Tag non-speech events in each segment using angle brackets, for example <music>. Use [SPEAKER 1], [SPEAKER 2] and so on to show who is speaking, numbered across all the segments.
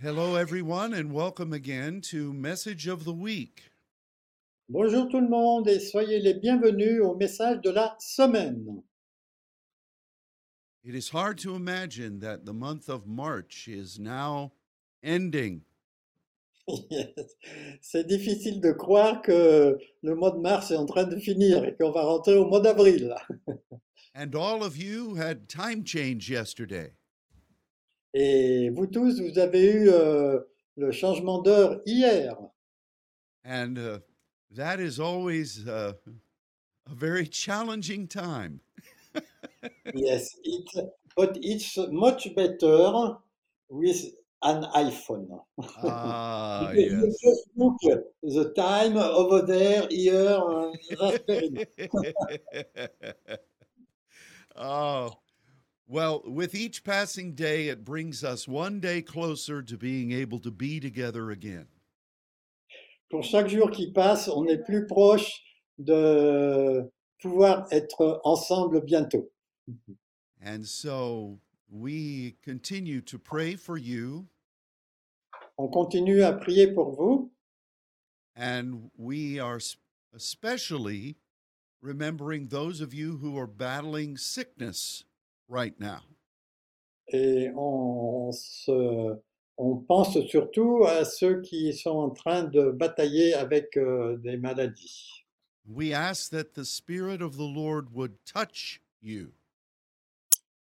[SPEAKER 1] Hello, everyone, and welcome again to Message of the Week.
[SPEAKER 2] Bonjour tout le monde et soyez les bienvenus au message de la semaine. <laughs>
[SPEAKER 1] It is hard to imagine that the month of March is now ending.
[SPEAKER 2] Yes. C'est difficile de croire que le mois de mars est en train de finir et qu'on va rentrer au mois d'avril. <laughs>
[SPEAKER 1] And all of you had time change yesterday.
[SPEAKER 2] Et vous tous, vous avez eu euh, le changement d'heure hier.
[SPEAKER 1] And uh, that is always uh, a very challenging time.
[SPEAKER 2] Yes, it, but it's much better with an iPhone. <laughs>
[SPEAKER 1] Ah,
[SPEAKER 2] Because you
[SPEAKER 1] yes. <laughs>
[SPEAKER 2] just look the time over there, here, uh, <laughs> and that's very nice.
[SPEAKER 1] oh, well, with each passing day, it brings us one day closer to being able to be together again.
[SPEAKER 2] Pour chaque jour qui passe, on est plus proche de pouvoir être ensemble bientôt.
[SPEAKER 1] And so we continue to pray for you
[SPEAKER 2] On continue à prier pour vous
[SPEAKER 1] And we are s- especially remembering those of you who are battling sickness right now.
[SPEAKER 2] et on, se- on pense surtout à ceux qui sont en train de batailler avec euh, des maladies.
[SPEAKER 1] We ask that the Spirit of the Lord would touch you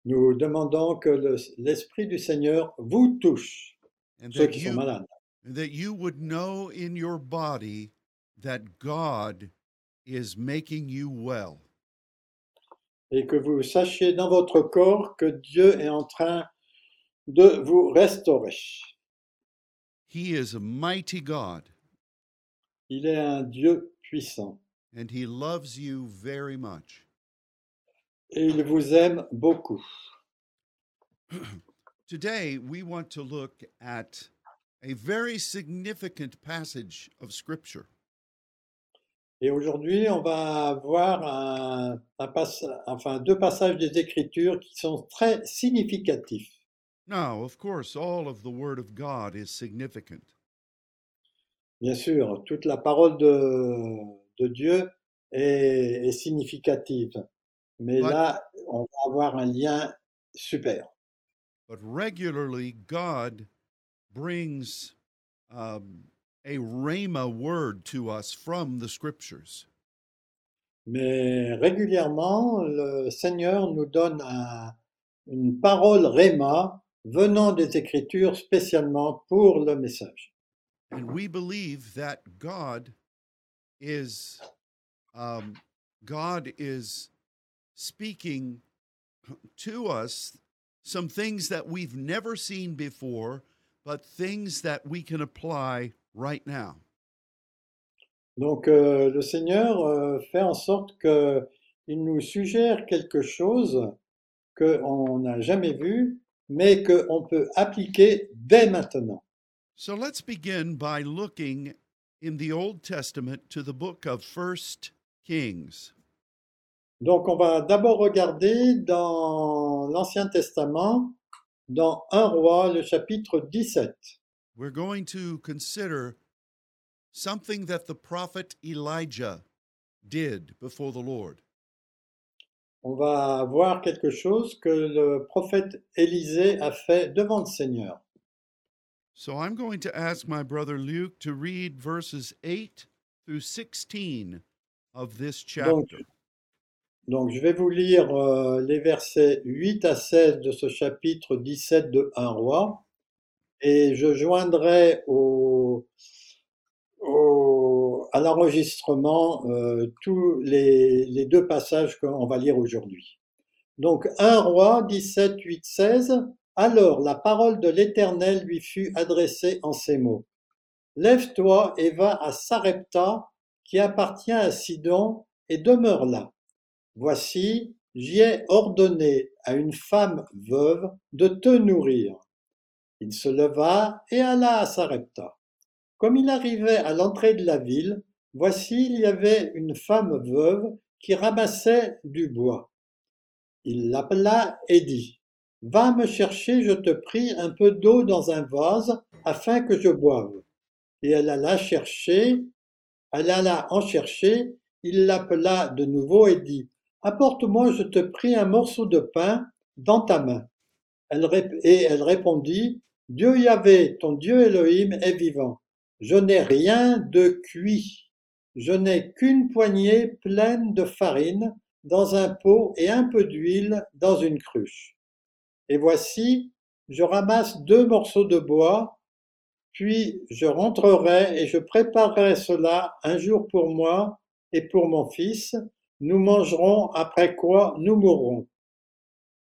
[SPEAKER 2] Nous demandons que le- l'Esprit du Seigneur vous touche,
[SPEAKER 1] and
[SPEAKER 2] ceux
[SPEAKER 1] that
[SPEAKER 2] qui sont
[SPEAKER 1] you,
[SPEAKER 2] malades,
[SPEAKER 1] that you would know in your body that God is making you well.
[SPEAKER 2] et que vous sachiez dans votre corps que Dieu est en train de vous restaurer.
[SPEAKER 1] He is a mighty God
[SPEAKER 2] Il est un Dieu puissant.
[SPEAKER 1] and He loves you very much.
[SPEAKER 2] et il vous aime beaucoup.
[SPEAKER 1] Today, we want to look at a very significant passage of Scripture.
[SPEAKER 2] Et aujourd'hui, on va voir un, un passa- enfin, deux passages des Écritures qui sont très significatifs.
[SPEAKER 1] Now, of course, all of the Word of God is significant,
[SPEAKER 2] Bien sûr, toute la parole de, de Dieu est, est significative, mais
[SPEAKER 1] but,
[SPEAKER 2] là, on va avoir un lien super.
[SPEAKER 1] but regularly God brings um, a Rhema word to us from the Scriptures.
[SPEAKER 2] Mais régulièrement, le Seigneur nous donne un- une parole réma venant des Écritures spécialement pour le message.
[SPEAKER 1] And we believe that God is, um, God is speaking to us some things that we've never seen before, but things that we can apply right now.
[SPEAKER 2] Donc euh, le Seigneur euh, fait en sorte que il nous suggère quelque chose qu'on n'a jamais vu, mais qu'on peut appliquer dès maintenant.
[SPEAKER 1] So let's begin by looking in the Old Testament to the book of First Kings.
[SPEAKER 2] Donc on va d'abord regarder dans l'Ancien Testament, dans 1 roi, le chapitre 17.
[SPEAKER 1] We're going to consider something that the prophet Elijah did before the Lord.
[SPEAKER 2] On va voir quelque chose que le prophète Élisée a fait devant le Seigneur.
[SPEAKER 1] So I'm going to ask my brother Luke to read verses 8 through 16 of this
[SPEAKER 2] Donc
[SPEAKER 1] chapter.
[SPEAKER 2] Donc, je vais vous lire euh, les versets 8 à 16 de ce chapitre 17 de 1 roi, et je joindrai au, au- à l'enregistrement euh, tous les, les deux passages qu'on va lire aujourd'hui. Donc, 1 roi 17, 8, 16. Alors, la parole de l'Éternel lui fut adressée en ces mots. Lève-toi et va à Sarepta, qui appartient à Sidon, et demeure là. Voici, j'y ai ordonné à une femme veuve de te nourrir. Il se leva et alla à Sarepta. Comme il arrivait à l'entrée de la ville, voici, il y avait une femme veuve qui ramassait du bois. Il l'appela et dit, Va me chercher, je te prie, un peu d'eau dans un vase afin que je boive. Et elle alla chercher, elle alla en chercher, il l'appela de nouveau et dit, Apporte-moi, je te prie, un morceau de pain dans ta main. Elle rép- et elle répondit, Dieu Yahvé, ton Dieu Elohim est vivant. Je n'ai rien de cuit. Je n'ai qu'une poignée pleine de farine dans un pot et un peu d'huile dans une cruche. Et voici, je ramasse deux morceaux de bois, puis je rentrerai et je préparerai cela un jour pour moi et pour mon fils. Nous mangerons, après quoi nous mourrons.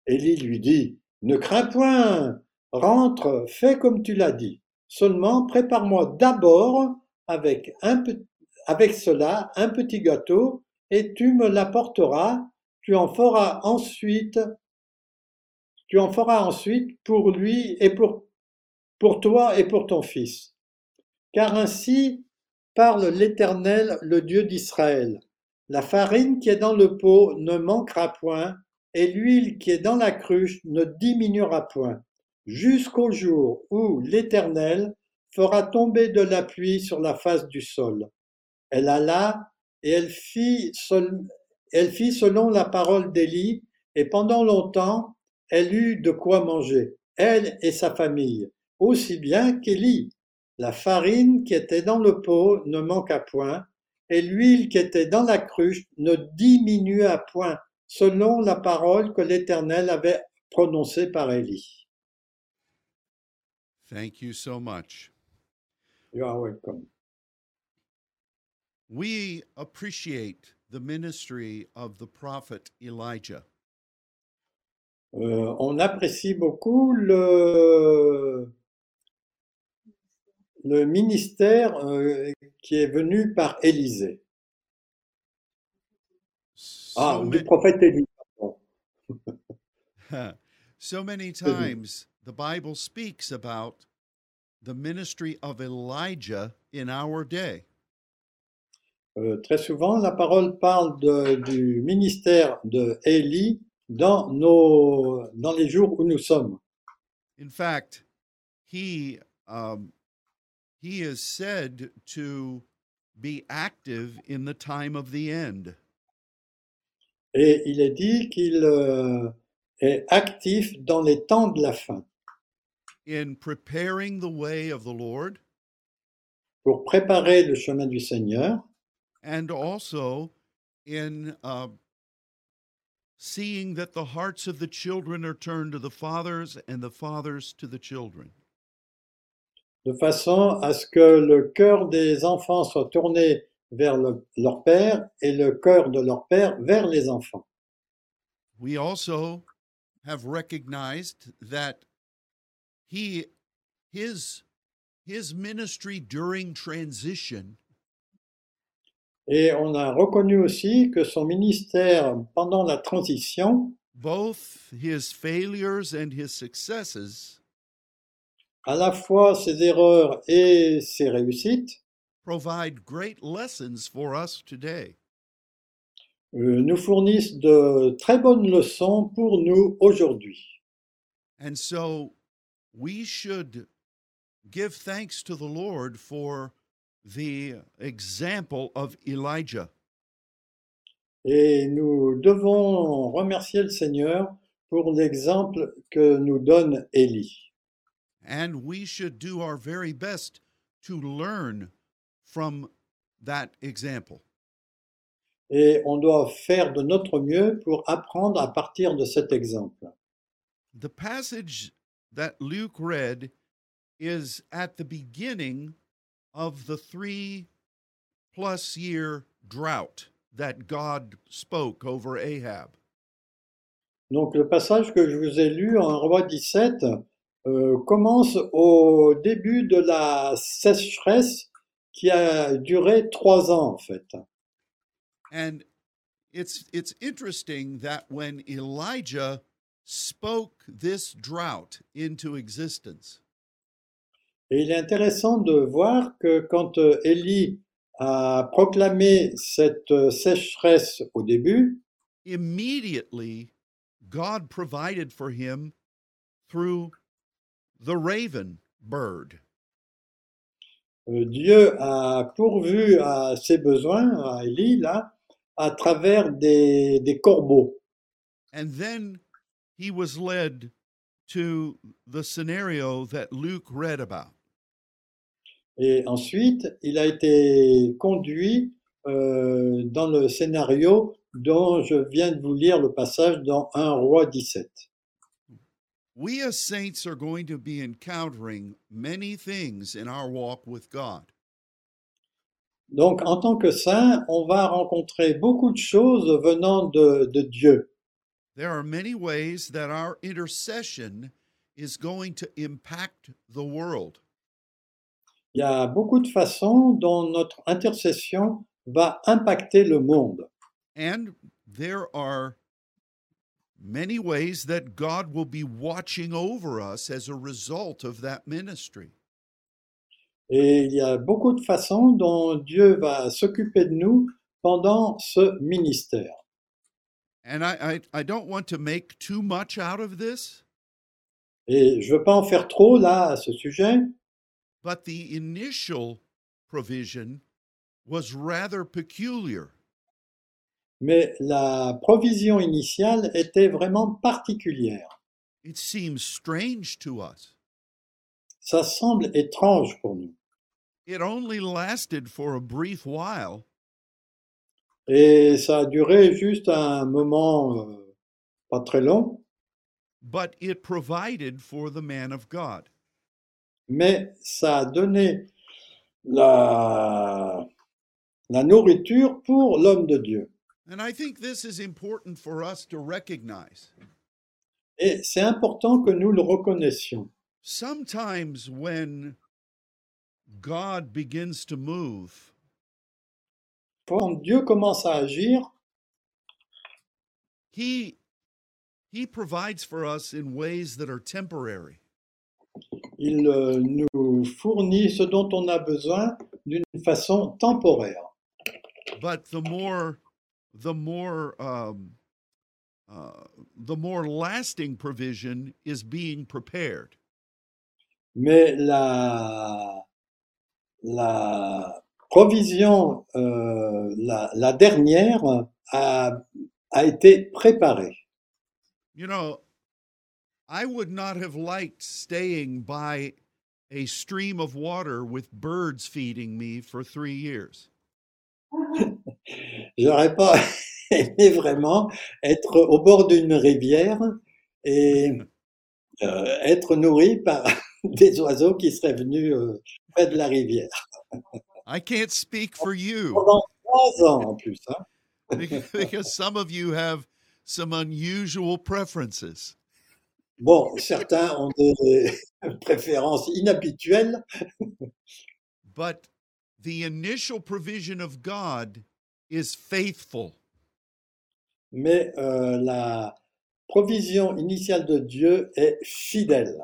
[SPEAKER 2] Élie lui dit, Ne crains point, rentre, fais comme tu l'as dit. Seulement prépare-moi d'abord avec, un pe- avec cela un petit gâteau, et tu me l'apporteras, tu en feras ensuite tu en feras ensuite pour lui et pour, pour toi et pour ton fils. Car ainsi parle l'Éternel, le Dieu d'Israël. La farine qui est dans le pot ne manquera point, et l'huile qui est dans la cruche ne diminuera point, jusqu'au jour où l'Éternel fera tomber de la pluie sur la face du sol. Elle alla et elle fit, sol- elle fit selon la parole d'Élie, et pendant longtemps elle eut de quoi manger, elle et sa famille, aussi bien qu'Élie. La farine qui était dans le pot ne manqua point, et l'huile qui était dans la cruche ne diminua point, selon la parole que l'Éternel avait prononcée par Élie.
[SPEAKER 1] Thank you so much.
[SPEAKER 2] You are welcome.
[SPEAKER 1] We appreciate the ministry of the prophet Elijah.
[SPEAKER 2] Euh, on apprécie beaucoup le, le ministère euh, qui est venu par Élisée.
[SPEAKER 1] So,
[SPEAKER 2] Ah,
[SPEAKER 1] ma-
[SPEAKER 2] du prophète Élie.
[SPEAKER 1] <laughs> so many times the Bible speaks about the ministry of Elijah in our day.
[SPEAKER 2] Euh, très souvent, la parole parle de- du ministère de Élie dans, nos, dans les jours où nous sommes.
[SPEAKER 1] In fact, he um, he is said to be active in the time of the end.
[SPEAKER 2] Et il est dit qu'il euh, est actif dans les temps de la fin
[SPEAKER 1] in preparing the way of the Lord
[SPEAKER 2] pour préparer le chemin du Seigneur
[SPEAKER 1] and also in uh, seeing that the hearts of the children are turned to the fathers and the fathers to the children.
[SPEAKER 2] de façon à ce que le cœur des enfants soit tourné vers le- leur père et le cœur de leur père vers les enfants.
[SPEAKER 1] We also have recognized that he his his ministry during transition
[SPEAKER 2] Et on a reconnu aussi que son ministère pendant la transition
[SPEAKER 1] both his failures and his successes
[SPEAKER 2] à la fois ses erreurs et ses réussites,
[SPEAKER 1] provide great lessons for us today.
[SPEAKER 2] euh, nous fournissent de très bonnes leçons pour nous aujourd'hui.
[SPEAKER 1] And so we should give thanks to the Lord for the example of Elijah.
[SPEAKER 2] Et nous devons remercier le Seigneur pour l'exemple que nous donne Élie.
[SPEAKER 1] And we should do our very best to learn from that example.
[SPEAKER 2] Et on doit faire de notre mieux pour apprendre à partir de cet exemple.
[SPEAKER 1] The passage that Luke read is at the beginning of the three plus year drought that God spoke over Ahab.
[SPEAKER 2] Donc le passage que je vous ai lu en Roi 17 euh, commence au début de la sécheresse qui a duré trois ans en fait.
[SPEAKER 1] And it's it's interesting that when Elijah spoke this drought into existence,
[SPEAKER 2] Et il est intéressant de voir que quand euh, Élie a proclamé cette euh, sécheresse au début,
[SPEAKER 1] immediately God provided for him through the raven bird.
[SPEAKER 2] Euh, Dieu a pourvu à ses besoins, à Élie, là, à travers des, des corbeaux.
[SPEAKER 1] And then he was led to the scenario that Luke read about.
[SPEAKER 2] Et ensuite, il a été conduit euh, dans le scénario dont je viens de vous lire le passage dans 1 roi 17.
[SPEAKER 1] We as saints are going to be encountering many things in our walk with God.
[SPEAKER 2] Donc, en tant que saint, on va rencontrer beaucoup de choses venant de, de Dieu.
[SPEAKER 1] There are many ways that our intercession is going to impact the world.
[SPEAKER 2] Il y a beaucoup de façons dont notre intercession va impacter le monde.
[SPEAKER 1] And there are many ways that God will be watching over us as a result of that ministry.
[SPEAKER 2] Et il y a beaucoup de façons dont Dieu va s'occuper de nous pendant ce ministère.
[SPEAKER 1] And I, I, I don't want to make too much out of this,
[SPEAKER 2] Et je ne veux pas en faire trop là à ce sujet,
[SPEAKER 1] but the initial provision was rather peculiar.
[SPEAKER 2] mais la provision initiale était vraiment particulière.
[SPEAKER 1] It seems strange to us.
[SPEAKER 2] Ça semble étrange pour nous.
[SPEAKER 1] It only lasted for a brief while,
[SPEAKER 2] Et ça a duré juste un moment euh, pas très long,
[SPEAKER 1] but it provided for the man of God.
[SPEAKER 2] mais ça a donné la, la nourriture pour l'homme de Dieu.
[SPEAKER 1] And I think this is important for us to recognize.
[SPEAKER 2] Et c'est important que nous le reconnaissions.
[SPEAKER 1] sometimes when God begins to move,
[SPEAKER 2] Quand Dieu commence à agir,
[SPEAKER 1] he he provides for us in ways that are temporary.
[SPEAKER 2] il euh, nous fournit ce dont on a besoin d'une façon temporaire.
[SPEAKER 1] But the more the more um, uh, the more lasting provision is being prepared.
[SPEAKER 2] mais la, la provision, euh, la, la dernière, a, a été préparée.
[SPEAKER 1] You know, I would not have liked staying by a stream of water with birds feeding me for three years.
[SPEAKER 2] J'aurais pas <laughs> aimé vraiment être au bord d'une rivière et euh, être nourri par <laughs> des oiseaux qui seraient venus euh, près de la rivière.
[SPEAKER 1] I can't speak for you.
[SPEAKER 2] <laughs> Pendant trois ans en plus. hein.
[SPEAKER 1] Bec- because some of you have some unusual preferences.
[SPEAKER 2] Bon, certains ont des <laughs> préférences inhabituelles,
[SPEAKER 1] But the initial provision of God is faithful.
[SPEAKER 2] mais euh, la provision initiale de Dieu est fidèle.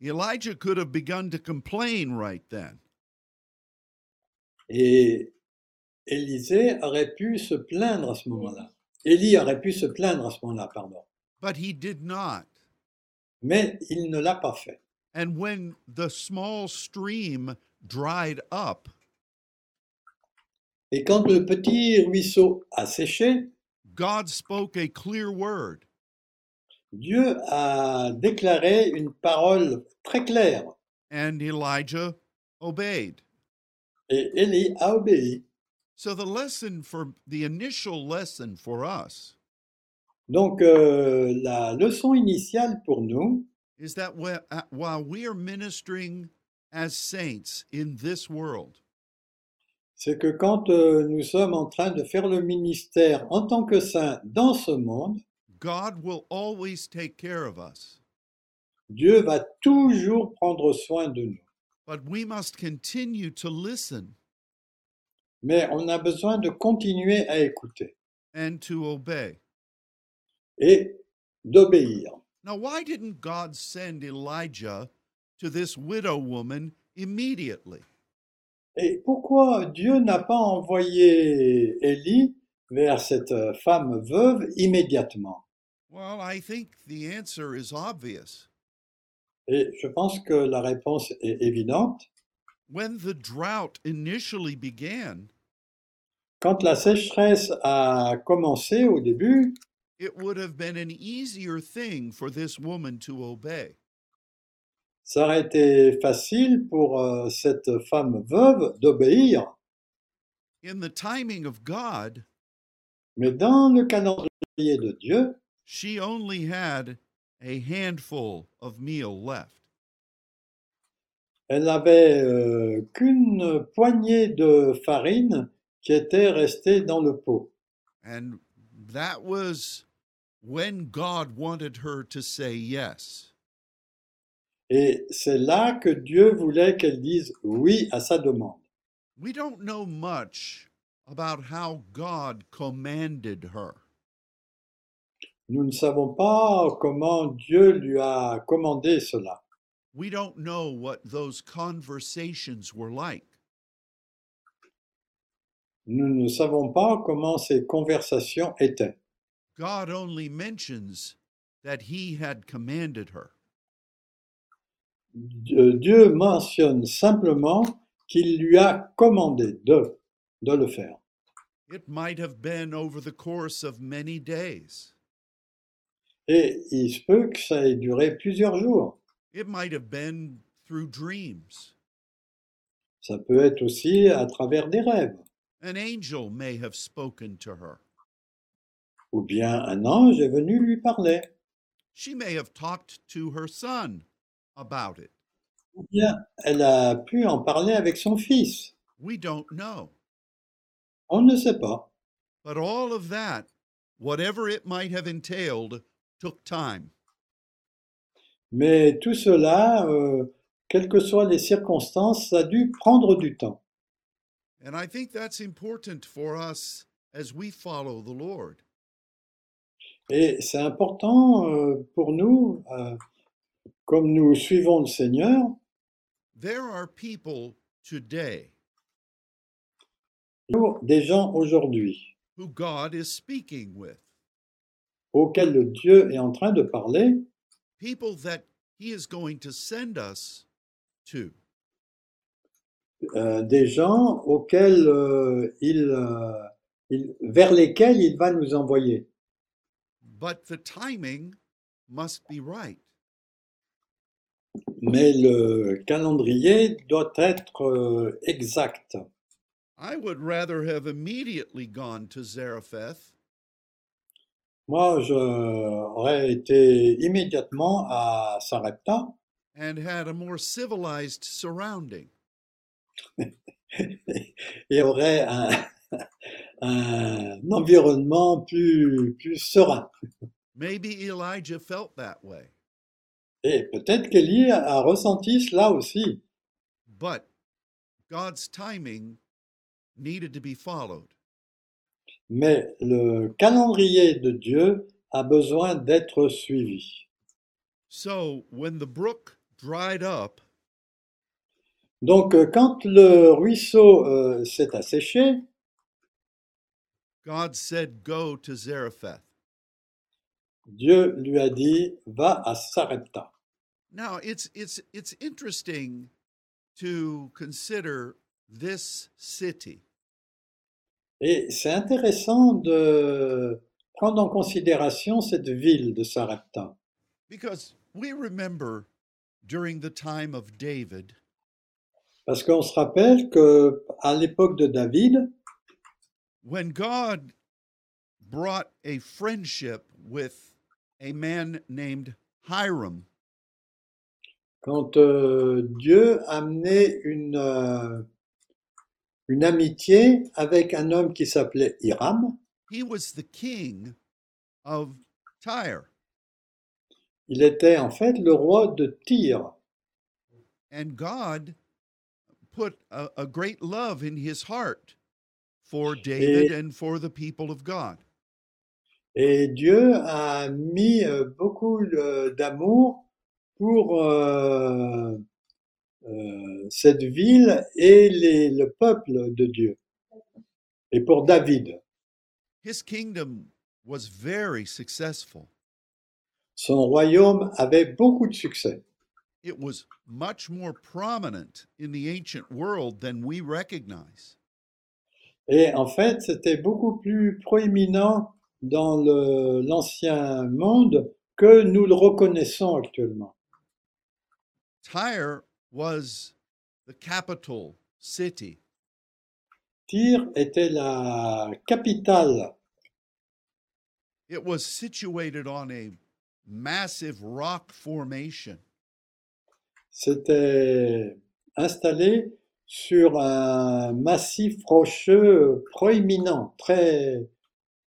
[SPEAKER 1] Elijah could have begun to complain right then,
[SPEAKER 2] Et Élisée aurait pu se plaindre à ce moment-là. Élie aurait pu se plaindre à ce moment-là, pardon.
[SPEAKER 1] but he did not.
[SPEAKER 2] Mais il ne l'a pas fait.
[SPEAKER 1] And when the small stream dried up,
[SPEAKER 2] Et quand le petit ruisseau a séché,
[SPEAKER 1] God spoke a clear word.
[SPEAKER 2] Dieu a déclaré une parole très claire.
[SPEAKER 1] And Elijah obeyed.
[SPEAKER 2] Et Élie a obéi.
[SPEAKER 1] So, the lesson for the initial lesson for us
[SPEAKER 2] Donc euh, la leçon initiale pour nous,
[SPEAKER 1] is that whe- uh, while we are ministering as saints in this world,
[SPEAKER 2] c'est que quand euh, nous sommes en train de faire le ministère en tant que saint dans ce monde,
[SPEAKER 1] God will always take care of us,
[SPEAKER 2] Dieu va toujours prendre soin de nous.
[SPEAKER 1] but we must continue to listen
[SPEAKER 2] Mais on a besoin de continuer à écouter.
[SPEAKER 1] and to obey.
[SPEAKER 2] et d'obéir.
[SPEAKER 1] Now, why didn't God send Elijah to this widow woman immediately?
[SPEAKER 2] Et pourquoi Dieu n'a pas envoyé Élie vers cette euh, femme veuve immédiatement
[SPEAKER 1] Well, I think the answer is obvious.
[SPEAKER 2] Et je pense que la réponse est évidente.
[SPEAKER 1] When the drought initially began,
[SPEAKER 2] Quand la sécheresse a commencé au début,
[SPEAKER 1] it would have been an easier thing for this woman to obey.
[SPEAKER 2] ça aurait été facile pour euh, cette femme veuve d'obéir,
[SPEAKER 1] In the timing of God,
[SPEAKER 2] mais dans le calendrier de Dieu,
[SPEAKER 1] she only had a handful of meal left.
[SPEAKER 2] elle n'avait euh, qu'une poignée de farine qui était restée dans le pot.
[SPEAKER 1] And that was when God wanted her to say yes.
[SPEAKER 2] Et c'est là que Dieu voulait qu'elle dise oui à sa demande.
[SPEAKER 1] We don't know much about how God commanded her.
[SPEAKER 2] Nous ne savons pas comment Dieu lui a commandé cela.
[SPEAKER 1] We don't know what those conversations were like.
[SPEAKER 2] Nous ne savons pas comment ces conversations étaient.
[SPEAKER 1] God only mentions that He had commanded her.
[SPEAKER 2] Dieu euh, Dieu mentionne simplement qu'il lui a commandé de, de le faire.
[SPEAKER 1] It might have been over the course of many days,
[SPEAKER 2] Et il se peut que ça ait duré plusieurs jours.
[SPEAKER 1] it might have been through dreams.
[SPEAKER 2] Ça peut être aussi à travers des rêves.
[SPEAKER 1] An angel may have spoken to her.
[SPEAKER 2] Ou bien un ange est venu lui parler.
[SPEAKER 1] She may have talked to her son about it.
[SPEAKER 2] Ou bien elle a pu en parler avec son fils.
[SPEAKER 1] We don't know.
[SPEAKER 2] On ne sait pas.
[SPEAKER 1] But all of that, whatever it might have entailed, took time.
[SPEAKER 2] Mais tout cela, euh, quelles que soient les circonstances, ça a dû prendre du temps.
[SPEAKER 1] And I think that's important for us as we follow the Lord.
[SPEAKER 2] Et c'est important euh, pour nous, euh, comme nous suivons le Seigneur,
[SPEAKER 1] There are people today
[SPEAKER 2] pour des gens aujourd'hui
[SPEAKER 1] who God is speaking with,
[SPEAKER 2] auxquels le Dieu est en train de parler,
[SPEAKER 1] people that He is going to send us to.
[SPEAKER 2] euh, des gens auxquels euh, il, euh, il- vers lesquels il va nous envoyer.
[SPEAKER 1] But the timing must be right.
[SPEAKER 2] Mais le calendrier doit être euh, exact.
[SPEAKER 1] I would rather have immediately gone to Zarephath
[SPEAKER 2] Moi, j'aurais été immédiatement à Sarepta <laughs>
[SPEAKER 1] and had a more civilized surrounding.
[SPEAKER 2] et aurait un, <laughs> un environnement plus, plus serein.
[SPEAKER 1] Maybe Elijah felt that way,
[SPEAKER 2] Et peut-être qu'Élie a ressenti cela aussi,
[SPEAKER 1] but God's timing needed to be followed.
[SPEAKER 2] mais le calendrier de Dieu a besoin d'être suivi.
[SPEAKER 1] So when the brook dried up,
[SPEAKER 2] Donc, euh, quand le ruisseau euh, s'est asséché,
[SPEAKER 1] God said, Go to Zarephath.
[SPEAKER 2] Dieu lui a dit Va à Sarepta.
[SPEAKER 1] Now it's it's it's interesting to consider this city.
[SPEAKER 2] Et c'est intéressant de prendre en considération cette ville de Sarepta.
[SPEAKER 1] Because we remember during the time of David,
[SPEAKER 2] Parce qu'on se rappelle que à l'époque de David,
[SPEAKER 1] when God brought a friendship with a man named Hiram,
[SPEAKER 2] quand euh, Dieu amenait une, euh, une amitié avec un homme qui s'appelait Hiram,
[SPEAKER 1] he was the king of Tyre.
[SPEAKER 2] il était en fait le roi de Tyr.
[SPEAKER 1] And God put a, a great love in his heart for David and for the people of God.
[SPEAKER 2] Et Dieu a mis euh, beaucoup euh, d'amour pour euh, euh, cette ville et les- le peuple de Dieu, et pour David.
[SPEAKER 1] His kingdom was very successful.
[SPEAKER 2] Son royaume avait beaucoup de succès.
[SPEAKER 1] it was much more prominent in the ancient world than we recognize.
[SPEAKER 2] Et en fait, c'était beaucoup plus proéminent dans le- l'ancien monde que nous le reconnaissons actuellement.
[SPEAKER 1] Tyre was the capital city,
[SPEAKER 2] Tyr était la capitale.
[SPEAKER 1] it was situated on a massive rock formation.
[SPEAKER 2] C'était installé sur un massif rocheux proéminent, très,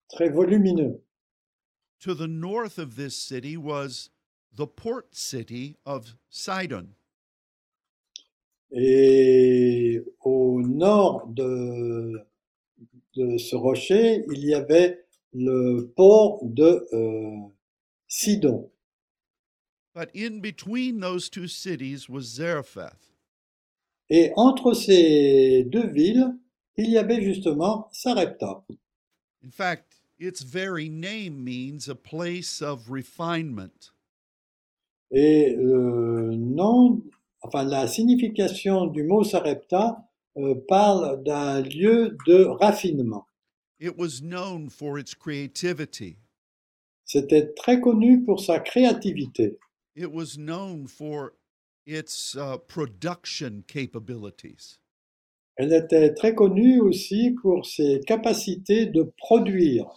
[SPEAKER 2] très volumineux.
[SPEAKER 1] To the north of this city was the port city of Sidon.
[SPEAKER 2] Et au nord de, de ce rocher, il y avait le port de euh, Sidon.
[SPEAKER 1] But in between those two cities was Zarephath.
[SPEAKER 2] Et entre ces deux villes, il y avait justement Sarepta.
[SPEAKER 1] In fact, its very name means a place of refinement.
[SPEAKER 2] Et le nom, enfin la signification du mot Sarepta euh, parle d'un lieu de raffinement.
[SPEAKER 1] It was known for its creativity.
[SPEAKER 2] C'était très connu pour sa créativité.
[SPEAKER 1] It was known for its uh, production capabilities.
[SPEAKER 2] Elle était très connue aussi pour ses capacités de produire.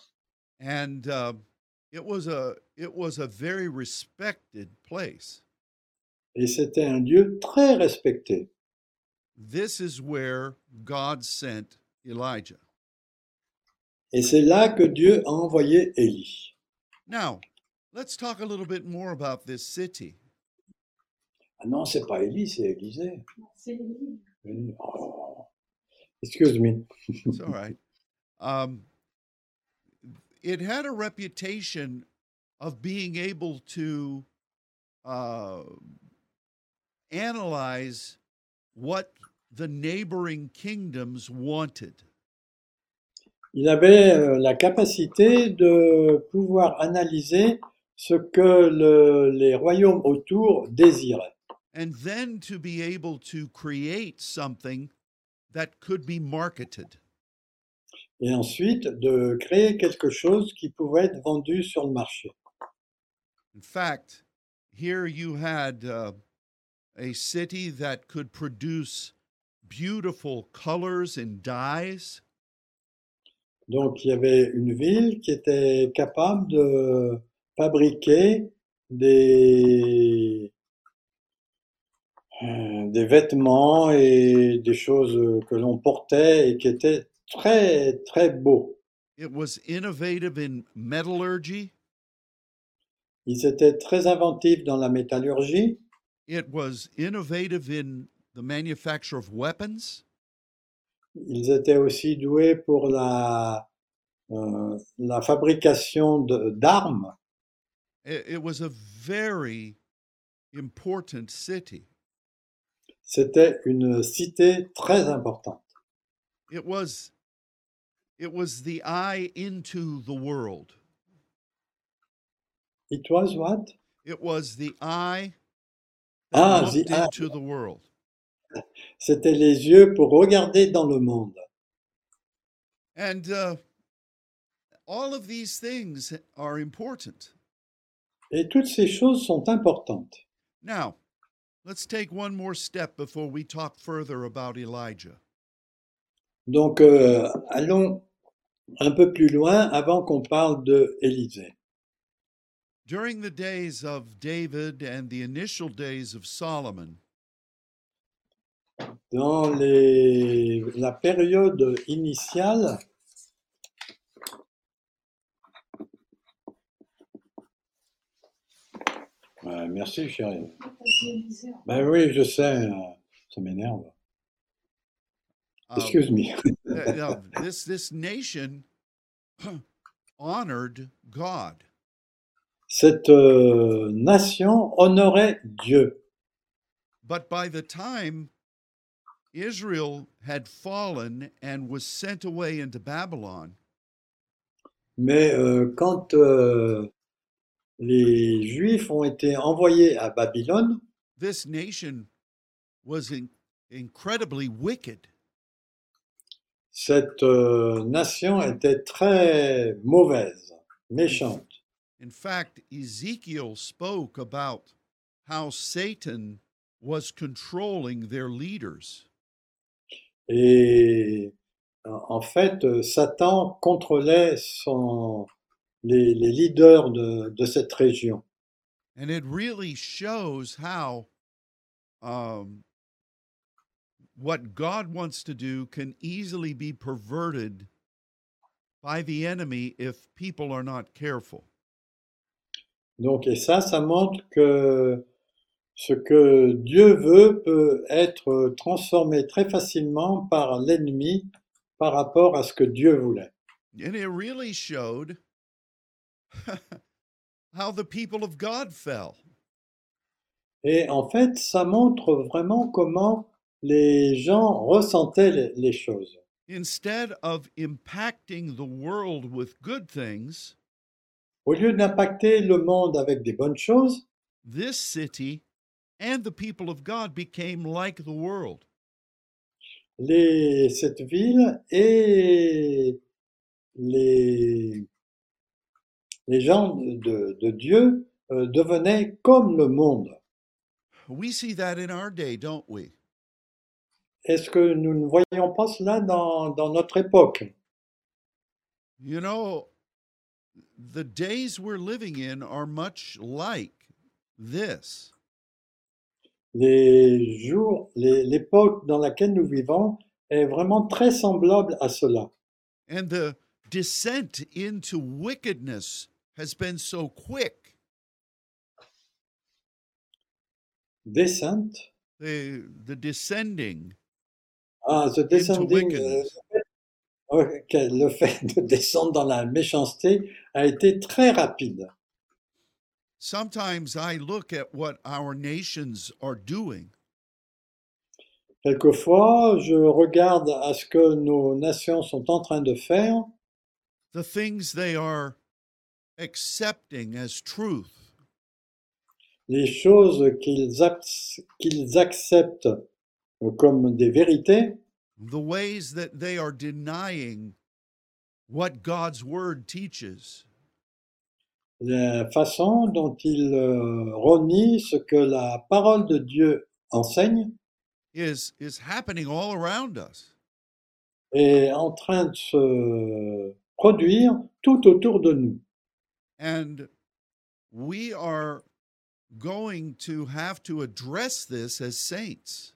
[SPEAKER 1] And uh, it, was a, it was a very respected place.
[SPEAKER 2] Et c'était un lieu très respecté.
[SPEAKER 1] This is where God sent Elijah.
[SPEAKER 2] Et c'est là que Dieu a envoyé Élie.
[SPEAKER 1] Now, let's talk a little bit more about this city.
[SPEAKER 2] Ah non, c'est pas Élie, c'est Élisée.
[SPEAKER 3] C'est lui.
[SPEAKER 2] Oh. Excuse me.
[SPEAKER 1] It's all right. Um, it had a reputation of being able to uh, analyze what the neighboring kingdoms wanted.
[SPEAKER 2] Il avait euh, la capacité de pouvoir analyser ce que le- les royaumes autour désiraient
[SPEAKER 1] And then to be able to create something that could be marketed.
[SPEAKER 2] et ensuite de créer quelque chose qui pouvait être vendu sur le marché.
[SPEAKER 1] In fact, here you had uh, a city that could produce beautiful colors and dyes.
[SPEAKER 2] Donc il y avait une ville qui était capable de fabriquer des, euh, des vêtements et des choses que l'on portait et qui étaient très très beaux.
[SPEAKER 1] It was innovative in metallurgy.
[SPEAKER 2] Ils étaient très inventifs dans la métallurgie,
[SPEAKER 1] It was innovative in the manufacture of weapons.
[SPEAKER 2] ils étaient aussi doués pour la, euh, la fabrication de- d'armes.
[SPEAKER 1] It, it was a very important city.
[SPEAKER 2] C'était une cité très importante.
[SPEAKER 1] It was it was the eye into the world.
[SPEAKER 2] It was what?
[SPEAKER 1] It was the eye that
[SPEAKER 2] Ah,
[SPEAKER 1] looked
[SPEAKER 2] the eye.
[SPEAKER 1] into the world.
[SPEAKER 2] C'était les yeux pour regarder dans le monde.
[SPEAKER 1] And uh, all of these things are important.
[SPEAKER 2] Et toutes ces choses sont importantes.
[SPEAKER 1] Now, let's take one more step before we talk further about Elijah.
[SPEAKER 2] Donc, euh, allons un peu plus loin avant qu'on parle de Élisée.
[SPEAKER 1] During the days of David and the initial days of Solomon,
[SPEAKER 2] Dans les- la période initiale, Ouais, merci chérie.
[SPEAKER 3] C'est Élisée.
[SPEAKER 2] Ben oui, je sais, euh, ça m'énerve.
[SPEAKER 1] um,
[SPEAKER 2] Excuse me.
[SPEAKER 1] th- now, uh, this, this nation <clears throat> honored God.
[SPEAKER 2] Cette euh, nation honorait Dieu.
[SPEAKER 1] But by the time Israel had fallen and was sent away into Babylon,
[SPEAKER 2] Mais euh, quand euh, les Juifs ont été envoyés à Babylone,
[SPEAKER 1] this nation was in- incredibly wicked.
[SPEAKER 2] Cette euh, nation était très mauvaise, méchante.
[SPEAKER 1] In fact, Ezekiel spoke about how Satan was controlling their leaders.
[SPEAKER 2] Et en en fait, euh, Satan contrôlait son- les, les leaders de, de cette région.
[SPEAKER 1] And it really shows how um, what God wants to do can easily be perverted by the enemy if people are not careful.
[SPEAKER 2] Donc, et ça, ça montre que ce que Dieu veut peut être transformé très facilement par l'ennemi par rapport à ce que Dieu voulait.
[SPEAKER 1] And it really showed <laughs> how the people of God fell.
[SPEAKER 2] Et en fait, ça montre vraiment comment les gens ressentaient les- les choses.
[SPEAKER 1] Instead of impacting the world with good things,
[SPEAKER 2] Au lieu d'impacter le monde avec des bonnes choses,
[SPEAKER 1] this city and the people of God became like the world.
[SPEAKER 2] les, cette ville et les, les gens de, de Dieu euh, devenaient comme le monde.
[SPEAKER 1] We see that in our day, don't we?
[SPEAKER 2] Est-ce que nous ne voyons pas cela dans, dans notre époque
[SPEAKER 1] You know, the days we're living in are much like this.
[SPEAKER 2] Les jours, les- l'époque dans laquelle nous vivons est vraiment très semblable à cela.
[SPEAKER 1] And the descent into wickedness has been so quick.
[SPEAKER 2] Descent,
[SPEAKER 1] The, the descending
[SPEAKER 2] ah, the
[SPEAKER 1] into
[SPEAKER 2] descending, euh,
[SPEAKER 1] wickedness.
[SPEAKER 2] <laughs> ok, le fait de descendre dans la méchanceté a été très rapide.
[SPEAKER 1] Sometimes I look at what our nations are doing,
[SPEAKER 2] Quelquefois, je regarde à ce que nos nations sont en train de faire,
[SPEAKER 1] the things they are accepting as truth.
[SPEAKER 2] les choses qu'ils ac- qu'ils acceptent euh, comme des vérités,
[SPEAKER 1] the ways that they are denying what God's word teaches.
[SPEAKER 2] la façon dont ils euh, renient ce que la parole de Dieu enseigne
[SPEAKER 1] Is, is happening all around us.
[SPEAKER 2] est en train de se produire tout autour de nous.
[SPEAKER 1] And we are going to have to address this as saints.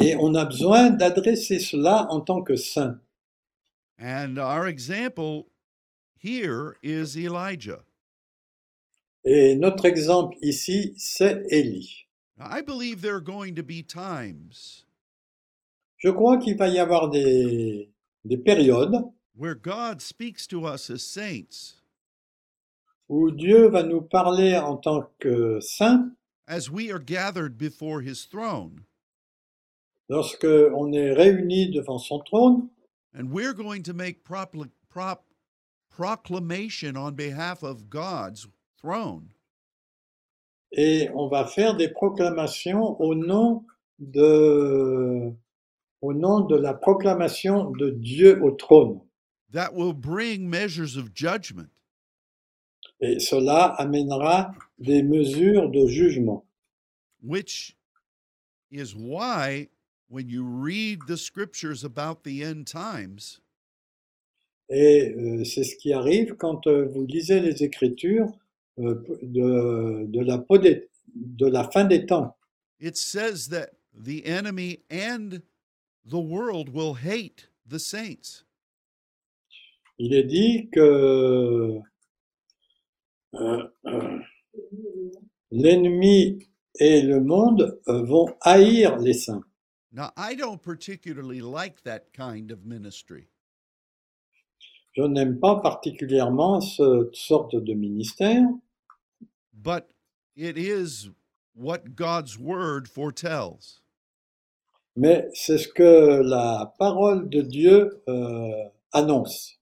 [SPEAKER 2] Et on a besoin d'adresser cela en tant que saint.
[SPEAKER 1] And our example here is Elijah.
[SPEAKER 2] Et notre exemple ici, c'est Élie.
[SPEAKER 1] I believe there are going to be times
[SPEAKER 2] Je crois qu'il va y avoir des, des périodes
[SPEAKER 1] where God speaks to us as saints
[SPEAKER 2] où Dieu va nous parler en tant que saint
[SPEAKER 1] as we are gathered before his throne.
[SPEAKER 2] lorsque on est réunis devant son trône
[SPEAKER 1] And we're going to make propl- prop- proclamation on behalf of God's throne.
[SPEAKER 2] et on va faire des proclamations au nom de au nom de la proclamation de Dieu au trône.
[SPEAKER 1] That will bring measures of judgment.
[SPEAKER 2] Et cela amènera des mesures de jugement.
[SPEAKER 1] which is why when you read the scriptures about the end times,
[SPEAKER 2] Et euh, c'est ce qui arrive quand euh, vous lisez les Écritures euh, de, de la, peau des- de la fin des temps.
[SPEAKER 1] it says that the enemy and the world will hate the saints.
[SPEAKER 2] Il est dit que euh, l'ennemi et le monde euh, vont haïr les saints.
[SPEAKER 1] Now, I don't particularly like that kind of ministry.
[SPEAKER 2] Je n'aime pas particulièrement cette sorte de ministère,
[SPEAKER 1] but it is what God's word foretells.
[SPEAKER 2] mais c'est ce que la parole de Dieu euh, annonce.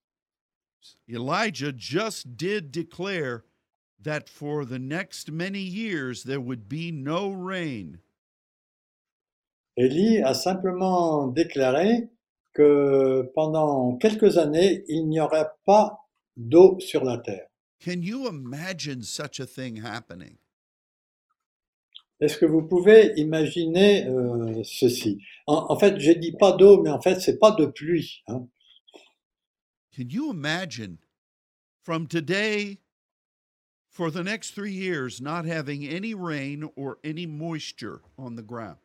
[SPEAKER 1] Elijah just did declare that for the next many years there would be no rain.
[SPEAKER 2] Élie a simplement déclaré que pendant quelques années, il n'y aurait pas d'eau sur la terre.
[SPEAKER 1] Can you imagine such a thing happening?
[SPEAKER 2] Est-ce que vous pouvez imaginer euh, ceci en, en fait, je dis pas d'eau, mais en fait, c'est pas de pluie. hein.
[SPEAKER 1] Can you imagine from today for the next three years not having any rain or any moisture on the ground?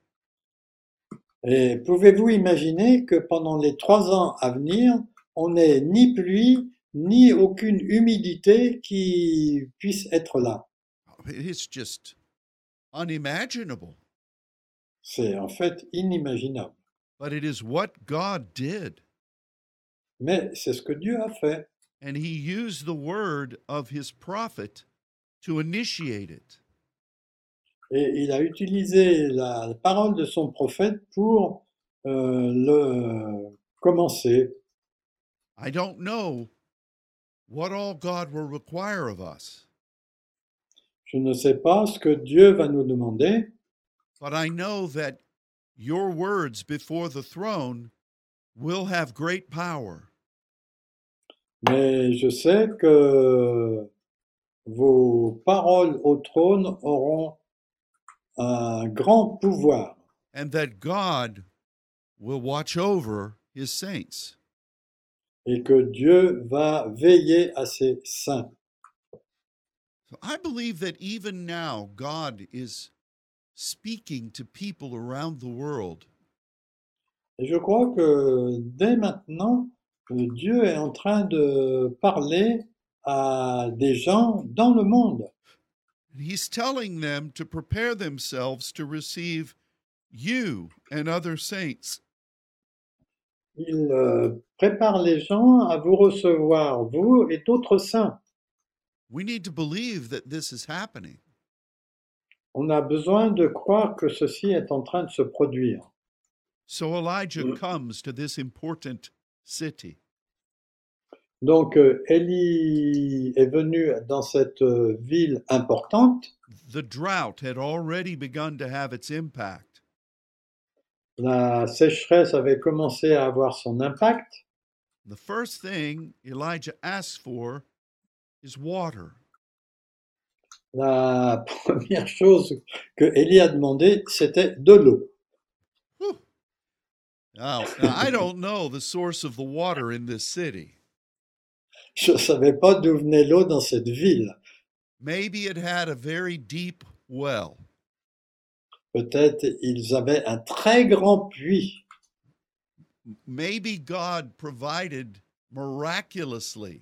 [SPEAKER 2] Et pouvez-vous imaginer que pendant les trois ans à venir, on n'ait ni pluie, ni aucune humidité qui puisse être là
[SPEAKER 1] It's just unimaginable,
[SPEAKER 2] C'est en fait inimaginable.
[SPEAKER 1] but it is what God did.
[SPEAKER 2] Mais c'est ce que Dieu a fait.
[SPEAKER 1] And he used the word of his prophet to initiate it.
[SPEAKER 2] Et il a utilisé la parole de son prophète pour euh, le commencer.
[SPEAKER 1] I don't know what all God will require of us,
[SPEAKER 2] Je ne sais pas ce que Dieu va nous demander,
[SPEAKER 1] but I know that your words before the throne will have great power.
[SPEAKER 2] mais je sais que vos paroles au trône auront un grand pouvoir
[SPEAKER 1] and that God will watch over his saints.
[SPEAKER 2] et que Dieu va veiller à ses saints.
[SPEAKER 1] So I believe that even now, God is speaking to people around the world
[SPEAKER 2] Et je crois que dès maintenant, euh, Dieu est en train de parler à des gens dans le monde.
[SPEAKER 1] And he's telling them to prepare themselves to receive you and other saints.
[SPEAKER 2] Il euh, prépare les gens à vous recevoir, vous et d'autres saints.
[SPEAKER 1] We need to believe that this is happening.
[SPEAKER 2] On a besoin de croire que ceci est en train de se produire.
[SPEAKER 1] So Elijah
[SPEAKER 2] Mm.
[SPEAKER 1] comes to this important city.
[SPEAKER 2] Donc, euh, Élie est venu dans cette euh, ville importante.
[SPEAKER 1] The drought had already begun to have its impact.
[SPEAKER 2] La sécheresse avait commencé à avoir son impact.
[SPEAKER 1] The first thing Elijah asks for is water.
[SPEAKER 2] La <laughs> première chose que Élie a demandé, c'était de l'eau.
[SPEAKER 1] Whew. Now, now, I don't know the source of the water in this city.
[SPEAKER 2] Je ne savais pas d'où venait l'eau dans cette ville.
[SPEAKER 1] Maybe it had a very deep well.
[SPEAKER 2] Peut-être ils avaient un très grand puits.
[SPEAKER 1] Maybe God provided miraculously.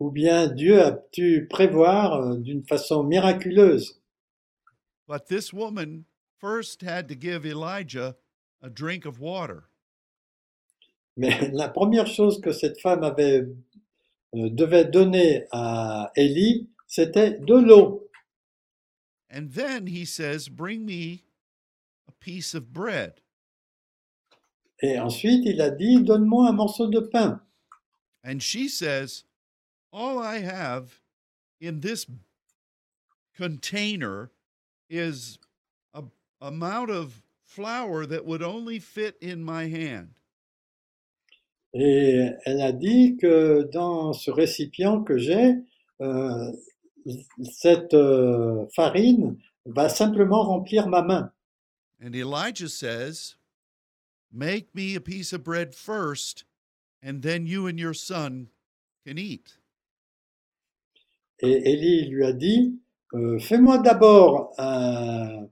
[SPEAKER 2] Ou bien Dieu a pu prévoir euh, d'une façon miraculeuse.
[SPEAKER 1] But this woman first had to give Elijah a drink of water.
[SPEAKER 2] Mais <laughs> la première chose que cette femme avait, euh, devait donner à Élie, c'était de l'eau.
[SPEAKER 1] And then he says, Bring me a piece of bread.
[SPEAKER 2] Et ensuite, il a dit, donne-moi un morceau de pain.
[SPEAKER 1] And she says, All I have in this container is a amount of flour that would only fit in my hand.
[SPEAKER 2] Et elle a dit que dans ce récipient que j'ai, euh, cette euh, farine va simplement remplir ma main.
[SPEAKER 1] And Elijah says, Make me a piece of bread first, and then you and your son can eat.
[SPEAKER 2] Et Élie lui a dit, Euh, fais-moi d'abord un,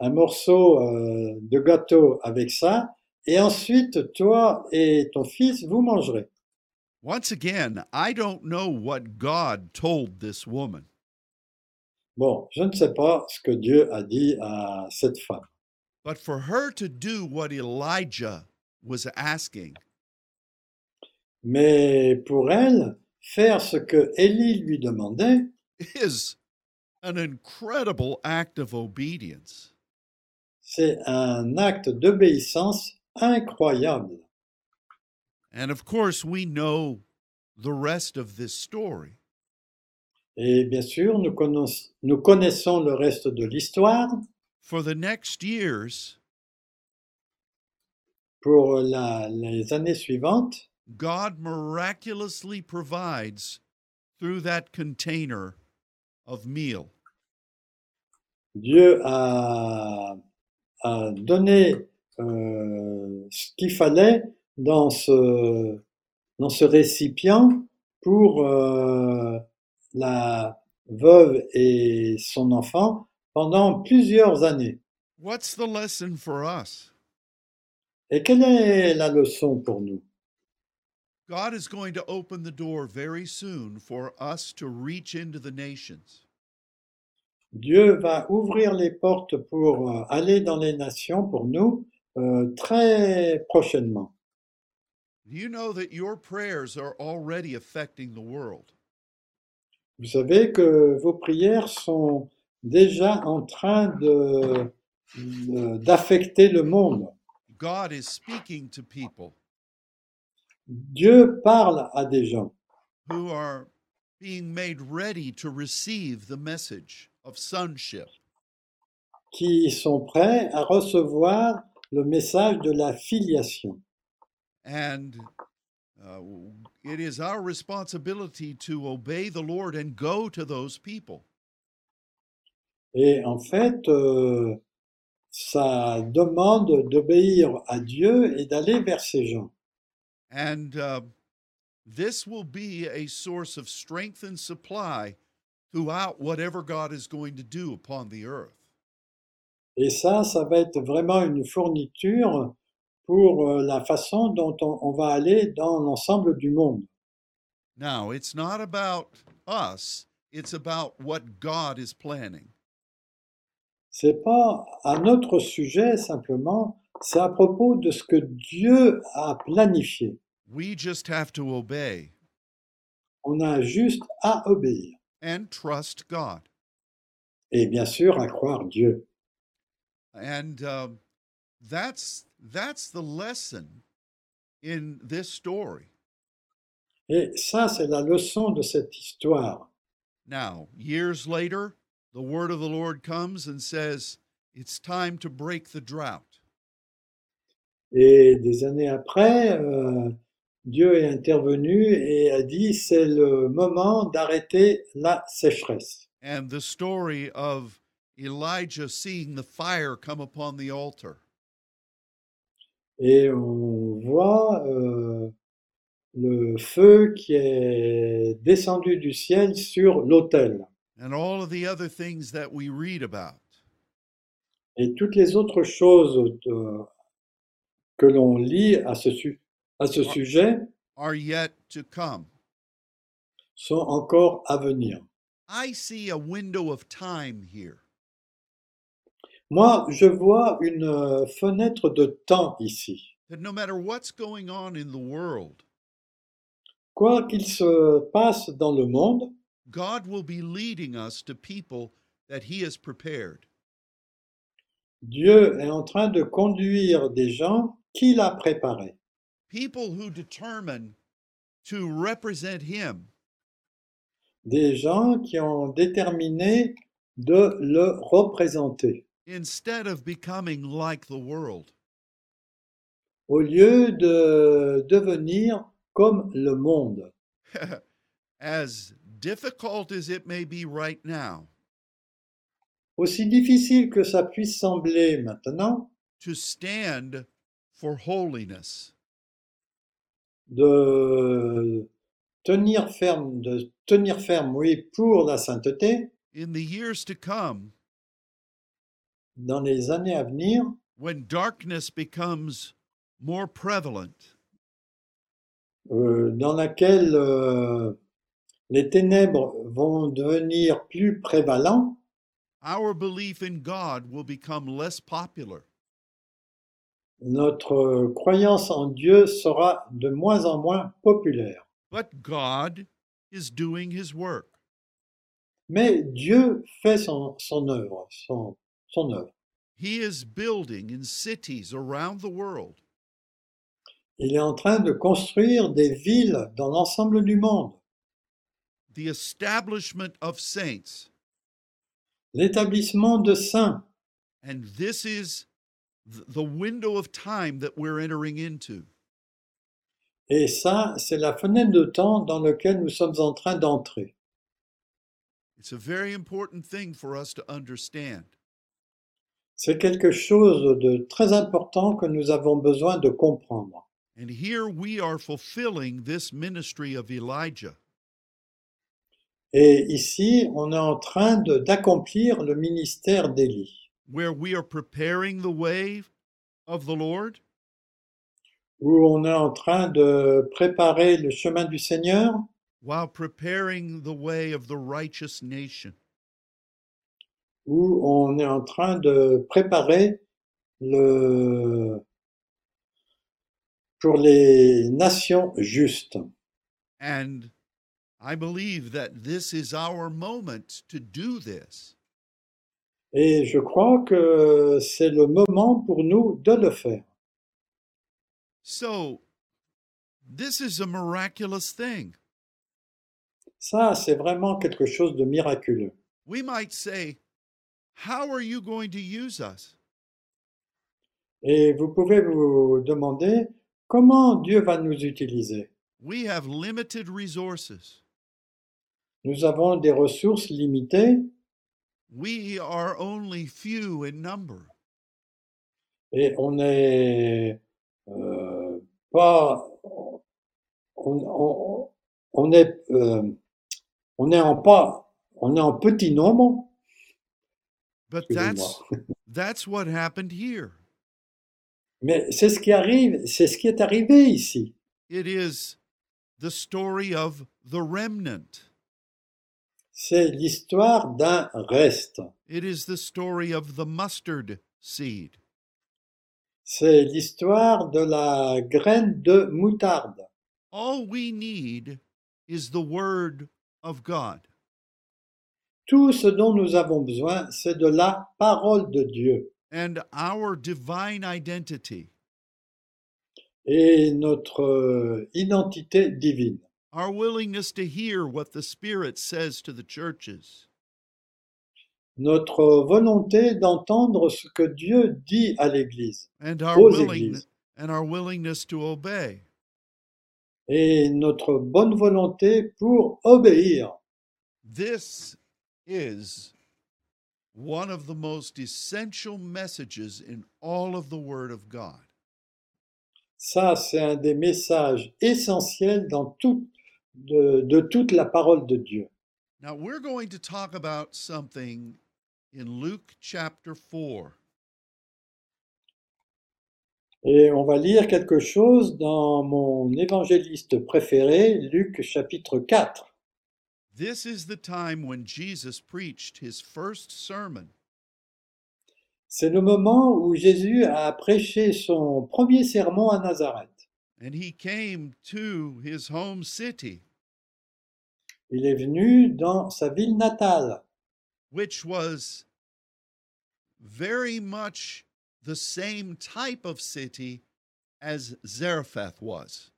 [SPEAKER 2] un morceau euh, de gâteau avec ça, et ensuite toi et ton fils, vous mangerez.
[SPEAKER 1] Once again, I don't know what God told this woman,
[SPEAKER 2] Bon, je ne sais pas ce que Dieu a dit à cette femme,
[SPEAKER 1] but for her to do what Elijah was asking,
[SPEAKER 2] mais pour elle, faire ce que Élie lui demandait,
[SPEAKER 1] is an incredible act of obedience.
[SPEAKER 2] c'est un acte d'obéissance incroyable.
[SPEAKER 1] And of course, we know the rest of this story.
[SPEAKER 2] Et bien sûr, nous connaissons, nous connaissons le reste de l'histoire.
[SPEAKER 1] For the next years,
[SPEAKER 2] Pour la- les années suivantes,
[SPEAKER 1] God miraculously provides through that container of meal.
[SPEAKER 2] Dieu a, a donné euh, ce qu'il fallait dans ce, dans ce récipient pour euh, la veuve et son enfant pendant plusieurs années.
[SPEAKER 1] What's the lesson for us?
[SPEAKER 2] Et quelle est la leçon pour nous
[SPEAKER 1] God is going to open the door very soon for us to reach into the nations.
[SPEAKER 2] Dieu va ouvrir les portes pour euh, aller dans les nations pour nous euh, très prochainement.
[SPEAKER 1] Do you know that your prayers are already affecting the world?
[SPEAKER 2] Vous savez que vos prières sont déjà en train de- de- d'affecter le monde.
[SPEAKER 1] God is speaking to people
[SPEAKER 2] Dieu parle à des gens
[SPEAKER 1] who are being made ready to receive the message of sonship.
[SPEAKER 2] qui sont prêts à recevoir le message de la filiation.
[SPEAKER 1] And uh, it is our responsibility to obey the Lord and go to those people.
[SPEAKER 2] Et en fait, euh, ça demande d'obéir à Dieu et d'aller vers ces gens.
[SPEAKER 1] And uh, this will be a source of strength and supply throughout whatever God is going to do upon the earth.
[SPEAKER 2] Et ça, ça va être vraiment une fourniture pour euh, la façon dont on- on va aller dans l'ensemble du monde.
[SPEAKER 1] Now, it's not about us, it's about what God is planning.
[SPEAKER 2] C'est pas un autre sujet simplement, c'est à propos de ce que Dieu a planifié.
[SPEAKER 1] We just have to obey
[SPEAKER 2] On a juste à obéir
[SPEAKER 1] and trust God.
[SPEAKER 2] et bien sûr à croire Dieu.
[SPEAKER 1] And um, that's, that's the lesson in this story.
[SPEAKER 2] Et ça, c'est la leçon de cette histoire.
[SPEAKER 1] Now, years later, the word of the Lord comes and says, It's time to break the drought.
[SPEAKER 2] Et des années après, euh, Dieu est intervenu et a dit c'est le moment d'arrêter la sécheresse.
[SPEAKER 1] And the story of Elijah seeing the fire come upon the altar.
[SPEAKER 2] Et on voit euh, le feu qui est descendu du ciel sur l'autel.
[SPEAKER 1] and all of the other things that we read about.
[SPEAKER 2] Et toutes les autres choses euh, que l'on lit à ce, su- à ce sujet
[SPEAKER 1] are yet to come.
[SPEAKER 2] sont encore à venir.
[SPEAKER 1] I see a window of time here.
[SPEAKER 2] Moi, je vois une euh, fenêtre de temps ici.
[SPEAKER 1] That no matter what's going on in the world,
[SPEAKER 2] Quoi qu'il se passe dans le monde,
[SPEAKER 1] God will be leading us to people that He has prepared.
[SPEAKER 2] Dieu est en train de conduire des gens qu'il a préparés.
[SPEAKER 1] People who determine to represent Him
[SPEAKER 2] Des gens qui ont déterminé de le représenter.
[SPEAKER 1] instead of becoming like the world.
[SPEAKER 2] Au lieu de devenir comme le monde.
[SPEAKER 1] as difficult as it may be right now
[SPEAKER 2] Aussi difficile que ça puisse sembler maintenant
[SPEAKER 1] to stand for holiness,
[SPEAKER 2] de tenir ferme, de tenir ferme, oui, pour la sainteté,
[SPEAKER 1] in the years to come,
[SPEAKER 2] dans les années à venir,
[SPEAKER 1] when darkness becomes more prevalent,
[SPEAKER 2] euh, dans laquelle euh, les ténèbres vont devenir plus prévalents,
[SPEAKER 1] our belief in God will become less popular.
[SPEAKER 2] notre euh, croyance en Dieu sera de moins en moins populaire.
[SPEAKER 1] But God is doing his work.
[SPEAKER 2] Mais Dieu fait son, son œuvre, son, son œuvre.
[SPEAKER 1] He is building in cities around the world
[SPEAKER 2] Il est en train de construire des villes dans l'ensemble du monde
[SPEAKER 1] the establishment of saints.
[SPEAKER 2] l'établissement de saints.
[SPEAKER 1] And this is th- the window of time that we're entering into.
[SPEAKER 2] Et ça, c'est la fenêtre de temps dans laquelle nous sommes en train d'entrer.
[SPEAKER 1] It's a very important thing for us to understand.
[SPEAKER 2] C'est quelque chose de très important que nous avons besoin de comprendre.
[SPEAKER 1] And here we are fulfilling this ministry of Elijah.
[SPEAKER 2] Et ici, on est en train de- d'accomplir le ministère d'Élie,
[SPEAKER 1] where we are preparing the way of the Lord,
[SPEAKER 2] où on est en train de préparer le chemin du Seigneur
[SPEAKER 1] while preparing the way of the righteous nation.
[SPEAKER 2] où on est en train de préparer le pour les nations justes.
[SPEAKER 1] And I believe that this is our moment to do this.
[SPEAKER 2] Et je crois que c'est le moment pour nous de le faire.
[SPEAKER 1] So, this is a miraculous thing.
[SPEAKER 2] Ça, c'est vraiment quelque chose de miraculeux.
[SPEAKER 1] We might say, How are you going to use us?
[SPEAKER 2] Et vous pouvez vous demander comment Dieu va nous utiliser.
[SPEAKER 1] We have limited resources.
[SPEAKER 2] Nous avons des ressources limitées
[SPEAKER 1] We are only few in number.
[SPEAKER 2] et on n'est euh, pas on, on, on est euh, on est en pas on est en petit nombre
[SPEAKER 1] But that's,
[SPEAKER 2] excusez-moi.
[SPEAKER 1] that's what happened here.
[SPEAKER 2] mais c'est ce qui arrive c'est ce qui est arrivé ici
[SPEAKER 1] It is the story of the remnant.
[SPEAKER 2] c'est l'histoire d'un reste
[SPEAKER 1] It is the story of the mustard seed.
[SPEAKER 2] c'est l'histoire de la graine de moutarde
[SPEAKER 1] All we need is the word of God.
[SPEAKER 2] tout ce dont nous avons besoin c'est de la parole de Dieu
[SPEAKER 1] And our divine identity,
[SPEAKER 2] et notre euh, identité divine
[SPEAKER 1] our willingness to hear what the Spirit says to the churches,
[SPEAKER 2] notre volonté d'entendre ce que Dieu dit à l'Église
[SPEAKER 1] and our,
[SPEAKER 2] Aux
[SPEAKER 1] willing,
[SPEAKER 2] églises.
[SPEAKER 1] and our willingness to obey.
[SPEAKER 2] et notre bonne volonté pour obéir.
[SPEAKER 1] This is one of the most essential messages in all of the Word of God.
[SPEAKER 2] Ça, c'est un des messages essentiels dans tout- de, de toute la parole de Dieu.
[SPEAKER 1] Now we're going to talk about something in Luke chapter 4.
[SPEAKER 2] Et on va lire quelque chose dans mon évangéliste préféré, Luc chapitre 4.
[SPEAKER 1] This is the time when Jesus preached his first sermon,
[SPEAKER 2] C'est le moment où Jésus a prêché son premier sermon à Nazareth.
[SPEAKER 1] and he came to his home city,
[SPEAKER 2] Il est venu dans sa ville natale.
[SPEAKER 1] which was very much the same type of city as Zarephath was.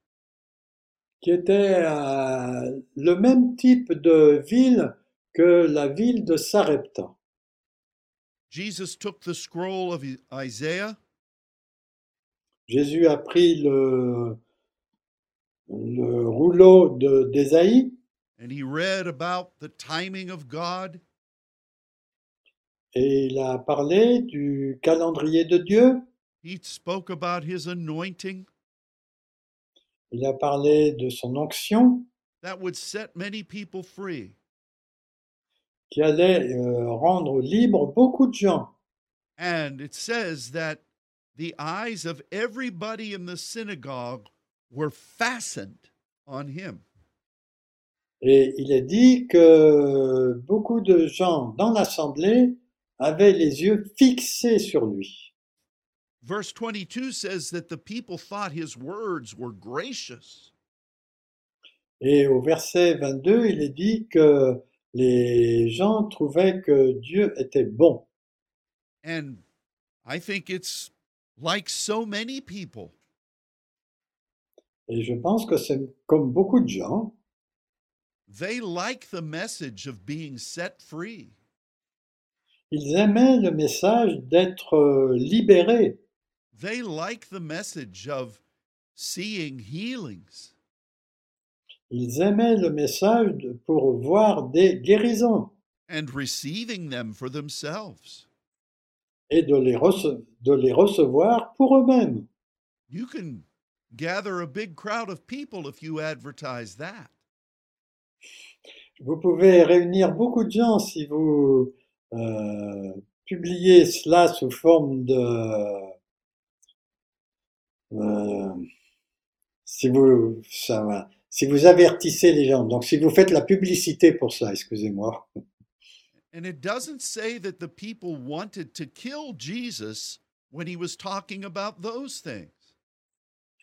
[SPEAKER 2] qui était euh, le même type de ville que la ville de Sarepta.
[SPEAKER 1] Jesus took the scroll of Isaiah
[SPEAKER 2] Jésus a pris le, le rouleau de- d'Ésaïe
[SPEAKER 1] and he read about the timing of God
[SPEAKER 2] et il a parlé du calendrier de Dieu,
[SPEAKER 1] He spoke about his anointing
[SPEAKER 2] il a parlé de son onction
[SPEAKER 1] that would set many people free.
[SPEAKER 2] qui allait euh, rendre libre beaucoup de gens.
[SPEAKER 1] And it says that the eyes of everybody in the synagogue were fastened on him.
[SPEAKER 2] Et il est dit que beaucoup de gens dans l'assemblée avaient les yeux fixés sur lui.
[SPEAKER 1] Verse 22 says that the people thought his words were gracious.
[SPEAKER 2] Et au verset 22, il est dit que les gens trouvaient que Dieu était bon.
[SPEAKER 1] And I think it's like so many people.
[SPEAKER 2] Et je pense que c'est comme beaucoup de gens,
[SPEAKER 1] They like the message of being set free.
[SPEAKER 2] Ils aimaient le message d'être euh, libérés.
[SPEAKER 1] They like the message of seeing healings.
[SPEAKER 2] Ils aimaient le message de- pour voir des guérisons
[SPEAKER 1] and receiving them for themselves.
[SPEAKER 2] et de les, rece- de les recevoir pour eux-mêmes.
[SPEAKER 1] You can gather a big crowd of people if you advertise that.
[SPEAKER 2] Vous pouvez réunir beaucoup de gens si vous euh, publiez cela sous forme de... euh, si, vous, ça va- si vous avertissez les gens, donc si vous faites la publicité pour ça, excusez-moi.
[SPEAKER 1] And it doesn't say that the people wanted to kill Jesus when he was talking about those things.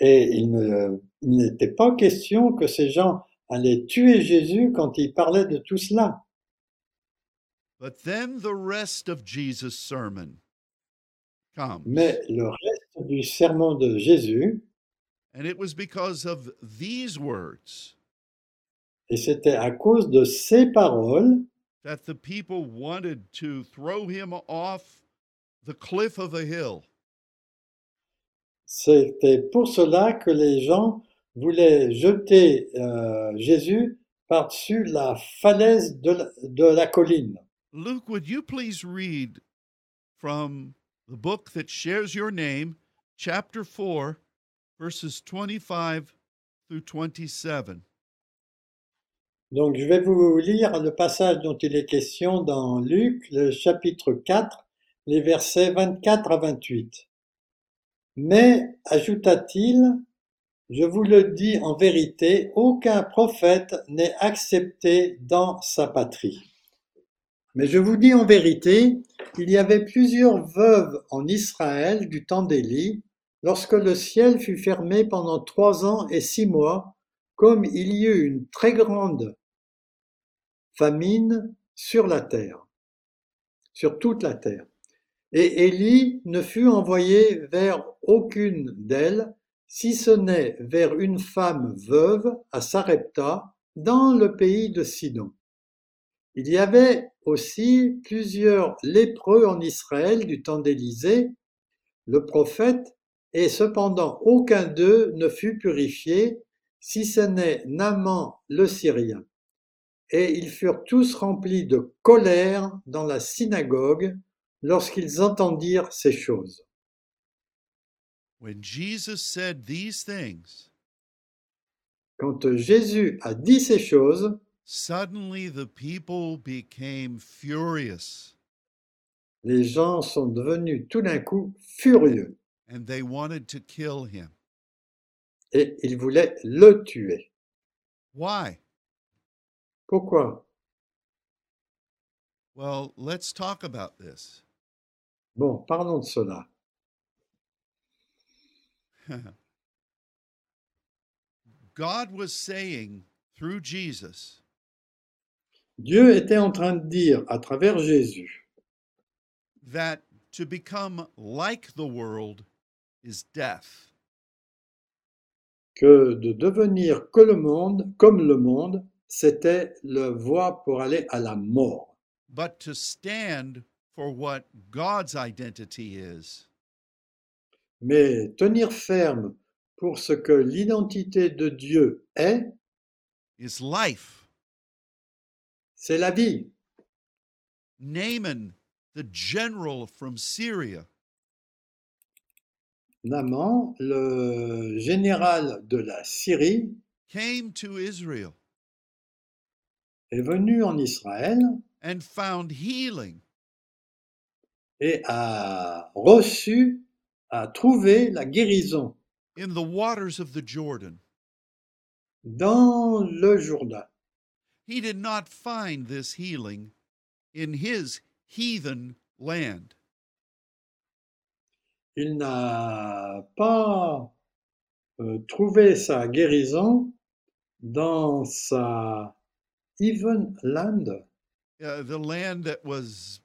[SPEAKER 2] Et il ne- il n'était pas question que ces gens allaient tuer Jésus quand il parlait de tout cela.
[SPEAKER 1] But then the rest of Jesus' sermon comes.
[SPEAKER 2] Mais le reste du sermon de Jésus,
[SPEAKER 1] And it was because of these words
[SPEAKER 2] et c'était à cause de ces paroles
[SPEAKER 1] that the people wanted to throw him off the cliff of a hill.
[SPEAKER 2] C'était pour cela que les gens voulaient jeter euh, Jésus par-dessus la falaise de la, de la colline.
[SPEAKER 1] Luke, would you please read from the book that shares your name, chapter 4, verses 25 through 27?
[SPEAKER 2] Donc je vais vous lire le passage dont il est question dans Luc, le chapitre 4, les versets 24 à 28. Mais, ajouta-t-il, je vous le dis en vérité, aucun prophète n'est accepté dans sa patrie. Mais je vous dis en vérité, il y avait plusieurs veuves en Israël du temps d'Élie, lorsque le ciel fut fermé pendant trois ans et six mois, comme il y eut une très grande famine sur la terre, sur toute la terre. Et Élie ne fut envoyé vers aucune d'elles, si ce n'est vers une femme veuve à Sarepta, dans le pays de Sidon. Il y avait aussi plusieurs lépreux en Israël du temps d'Élisée, le prophète, et cependant aucun d'eux ne fut purifié, si ce n'est Naaman le Syrien. Et ils furent tous remplis de colère dans la synagogue lorsqu'ils entendirent ces choses.
[SPEAKER 1] When Jesus said these things,
[SPEAKER 2] Quand Jésus a dit ces choses,
[SPEAKER 1] suddenly the people became furious
[SPEAKER 2] les gens sont devenus tout d'un coup furieux
[SPEAKER 1] and they wanted to kill him.
[SPEAKER 2] et ils voulaient le tuer.
[SPEAKER 1] Why?
[SPEAKER 2] Pourquoi
[SPEAKER 1] Well, let's talk about this.
[SPEAKER 2] Bon, parlons de cela.
[SPEAKER 1] God was saying through Jesus,
[SPEAKER 2] Dieu était en train de dire à travers Jésus
[SPEAKER 1] that to become like the world is death.
[SPEAKER 2] que de devenir que le monde, comme le monde, c'était la voie pour aller à la mort.
[SPEAKER 1] but to stand for what God's identity is
[SPEAKER 2] Mais tenir ferme pour ce que l'identité de Dieu est,
[SPEAKER 1] is life.
[SPEAKER 2] c'est la vie.
[SPEAKER 1] Naaman, the general from Syria,
[SPEAKER 2] Naaman, le général de la Syrie,
[SPEAKER 1] came to Israel
[SPEAKER 2] est venu en Israël
[SPEAKER 1] and found healing
[SPEAKER 2] et a reçu, a trouvé la guérison
[SPEAKER 1] in the waters of the Jordan.
[SPEAKER 2] dans le Jourdain.
[SPEAKER 1] He did not find this healing in his heathen land.
[SPEAKER 2] il n'a pas euh, trouvé sa guérison dans sa Evenland,
[SPEAKER 1] Uh, the land that was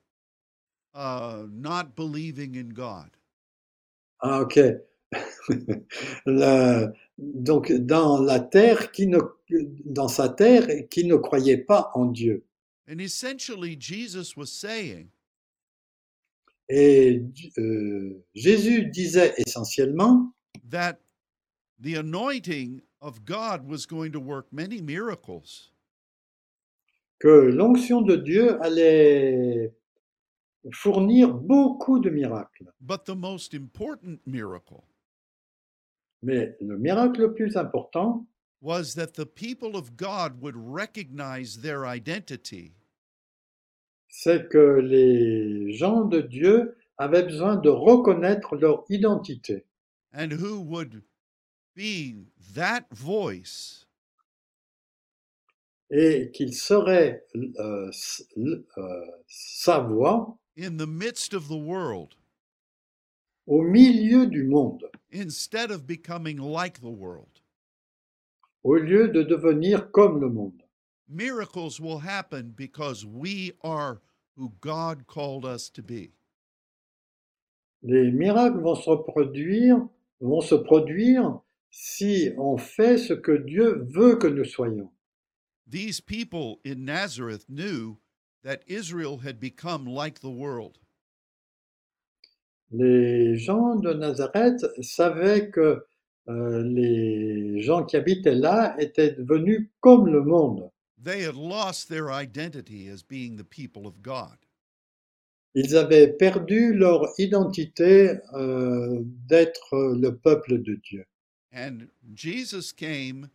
[SPEAKER 1] uh, not believing in God.
[SPEAKER 2] Ah, ok. La- donc dans la terre qui ne, dans sa terre qui ne croyait pas en Dieu.
[SPEAKER 1] And essentially, Jesus was saying,
[SPEAKER 2] Et euh, Jésus disait essentiellement
[SPEAKER 1] that the anointing of God was going to work many miracles.
[SPEAKER 2] que l'onction de Dieu allait fournir beaucoup de miracles.
[SPEAKER 1] But the most important miracle
[SPEAKER 2] Mais le miracle le plus important,
[SPEAKER 1] was that the people of God would recognize their identity
[SPEAKER 2] c'est que les gens de Dieu avaient besoin de reconnaître leur identité
[SPEAKER 1] and who would be that voice
[SPEAKER 2] et qu'ils seraient euh, s- l- euh, sa voix
[SPEAKER 1] in the midst of the world
[SPEAKER 2] au milieu du monde,
[SPEAKER 1] instead of becoming like the world.
[SPEAKER 2] au lieu de devenir comme le monde.
[SPEAKER 1] Miracles will happen because we are who God called us to be.
[SPEAKER 2] Les miracles vont se produire, vont se produire si on fait ce que Dieu veut que nous soyons.
[SPEAKER 1] These people in Nazareth knew that Israel had become like the world.
[SPEAKER 2] Les gens de Nazareth savaient que euh, les gens qui habitaient là étaient devenus comme le monde.
[SPEAKER 1] They had lost their identity as being the people of God.
[SPEAKER 2] Ils avaient perdu leur identité euh, d'être le peuple de Dieu.
[SPEAKER 1] And Jesus came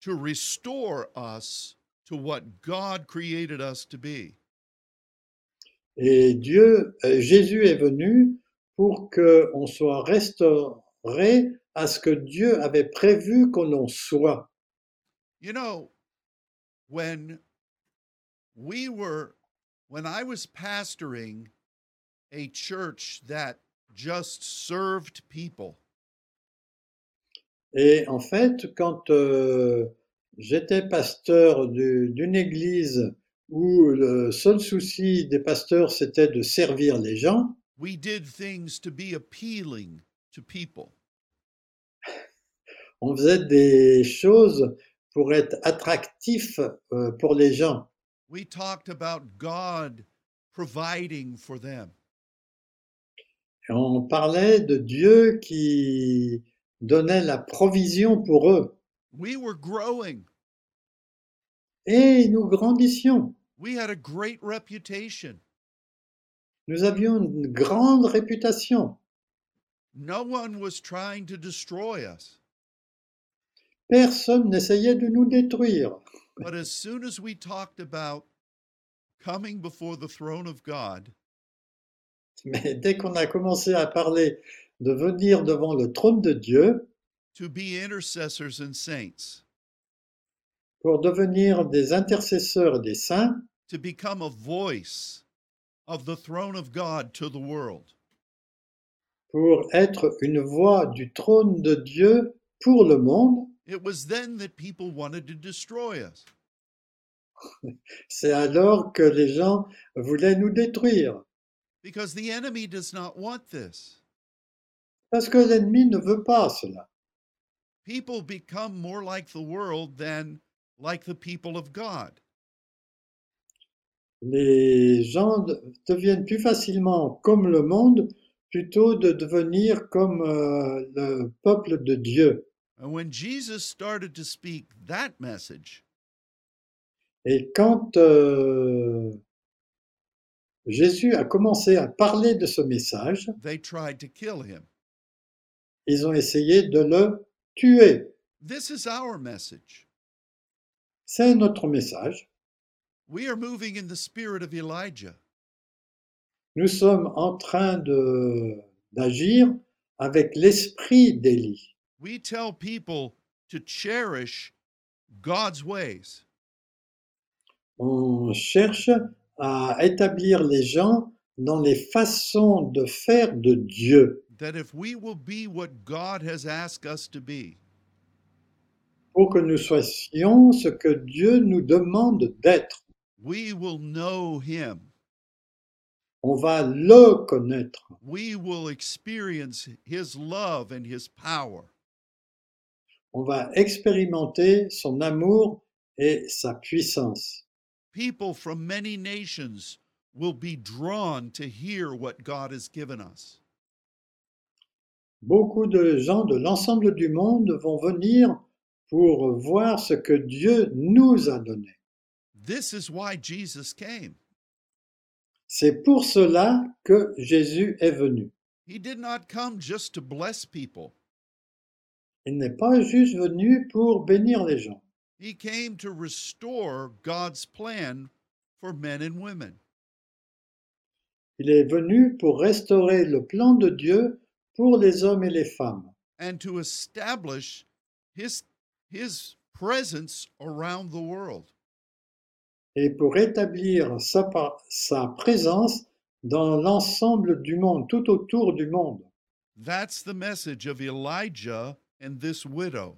[SPEAKER 1] to restore us to what God created us to be.
[SPEAKER 2] Et Dieu, euh, Jésus est venu pour que on soit restauré à ce que Dieu avait prévu qu'on en soit.
[SPEAKER 1] You know, when we were, when I was pastoring a church that just served people,
[SPEAKER 2] Et en fait, quand euh, j'étais pasteur du- d'une église où le seul souci des pasteurs c'était de servir les gens,
[SPEAKER 1] we did things to be appealing to people.
[SPEAKER 2] on faisait des choses pour être attractif euh, pour les gens.
[SPEAKER 1] We talked about God providing for them.
[SPEAKER 2] Et on parlait de Dieu qui donnait la provision pour eux.
[SPEAKER 1] We were growing.
[SPEAKER 2] Et nous grandissions.
[SPEAKER 1] We had a great reputation.
[SPEAKER 2] Nous avions une grande réputation.
[SPEAKER 1] No one was trying to destroy us.
[SPEAKER 2] Personne n'essayait de nous détruire.
[SPEAKER 1] But as soon as we talked about coming before the throne of God,
[SPEAKER 2] Mais dès qu'on a commencé à parler de venir devant le trône de Dieu
[SPEAKER 1] to be intercessors and saints,
[SPEAKER 2] pour devenir des intercesseurs et des saints,
[SPEAKER 1] to become a voice of the throne of God to the world,
[SPEAKER 2] pour être une voix du trône de Dieu pour le monde,
[SPEAKER 1] it was then that people wanted to destroy us.
[SPEAKER 2] c'est alors que les gens voulaient nous détruire.
[SPEAKER 1] Because the enemy does not want this.
[SPEAKER 2] Parce que l'ennemi ne veut pas cela.
[SPEAKER 1] People become more like the world than like the people of God.
[SPEAKER 2] Les gens de- deviennent plus facilement comme le monde plutôt de devenir comme euh, le peuple de Dieu.
[SPEAKER 1] And when Jesus started to speak that message,
[SPEAKER 2] Et quand euh, Jésus a commencé à parler de ce message,
[SPEAKER 1] they tried to kill him.
[SPEAKER 2] ils ont essayé de le tuer.
[SPEAKER 1] This is our message.
[SPEAKER 2] C'est notre message.
[SPEAKER 1] We are moving in the spirit of Elijah.
[SPEAKER 2] Nous sommes en train de- d'agir avec l'esprit d'Élie.
[SPEAKER 1] We tell people to cherish God's ways,
[SPEAKER 2] On cherche à établir les gens dans les façons de faire de Dieu
[SPEAKER 1] that if we will be what God has asked us to be,
[SPEAKER 2] pour que nous soyons ce que Dieu nous demande d'être.
[SPEAKER 1] we will know Him.
[SPEAKER 2] On va le connaître.
[SPEAKER 1] We will experience his love and his power.
[SPEAKER 2] On va expérimenter son amour et sa puissance.
[SPEAKER 1] People from many nations will be drawn to hear what God has given us.
[SPEAKER 2] Beaucoup de gens de l'ensemble du monde vont venir pour voir ce que Dieu nous a donné.
[SPEAKER 1] This is why Jesus came.
[SPEAKER 2] C'est pour cela que Jésus est venu.
[SPEAKER 1] He did not come just to bless people,
[SPEAKER 2] Il n'est pas juste venu pour bénir les gens.
[SPEAKER 1] He came to restore God's plan for men and women.
[SPEAKER 2] Il est venu pour restaurer le plan de Dieu pour les hommes et les femmes
[SPEAKER 1] and to establish his his presence around the world.
[SPEAKER 2] et pour établir sa, par- sa présence dans l'ensemble du monde, tout autour du monde.
[SPEAKER 1] That's the message of Elijah and this widow.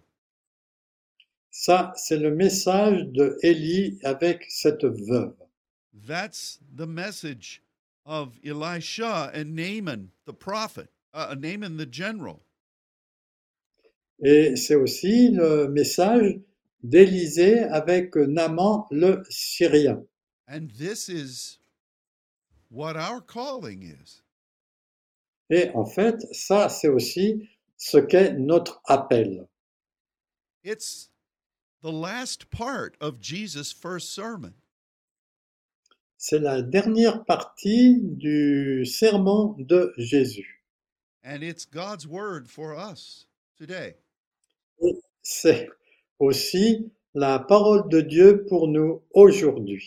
[SPEAKER 2] Ça, c'est le message de Élie avec cette veuve.
[SPEAKER 1] That's the message of Elisha and Naaman the prophet, uh, Naaman the general.
[SPEAKER 2] Et c'est aussi le message d'Élisée avec Naaman le Syrien.
[SPEAKER 1] And this is what our calling is.
[SPEAKER 2] Et en fait, ça, c'est aussi ce qu'est notre appel.
[SPEAKER 1] It's the last part of Jesus' first sermon.
[SPEAKER 2] C'est la dernière partie du sermon de Jésus.
[SPEAKER 1] And it's God's word for us today.
[SPEAKER 2] c'est aussi la parole de Dieu pour nous aujourd'hui.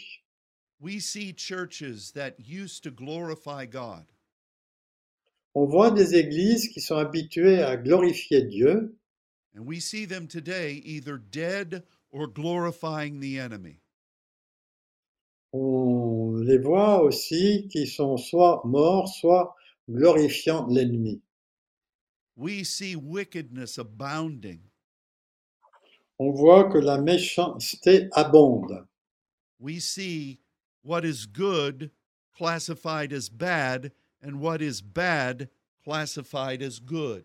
[SPEAKER 1] We see churches that used to glorify God,
[SPEAKER 2] On voit des églises qui sont habituées à glorifier Dieu
[SPEAKER 1] and we see them today either dead or glorifying the enemy.
[SPEAKER 2] on les voit aussi qui sont soit morts, soit glorifiant l'ennemi.
[SPEAKER 1] We see wickedness abounding.
[SPEAKER 2] On voit que la méchanceté abonde.
[SPEAKER 1] We see what is good classified as bad, and what is bad classified as good.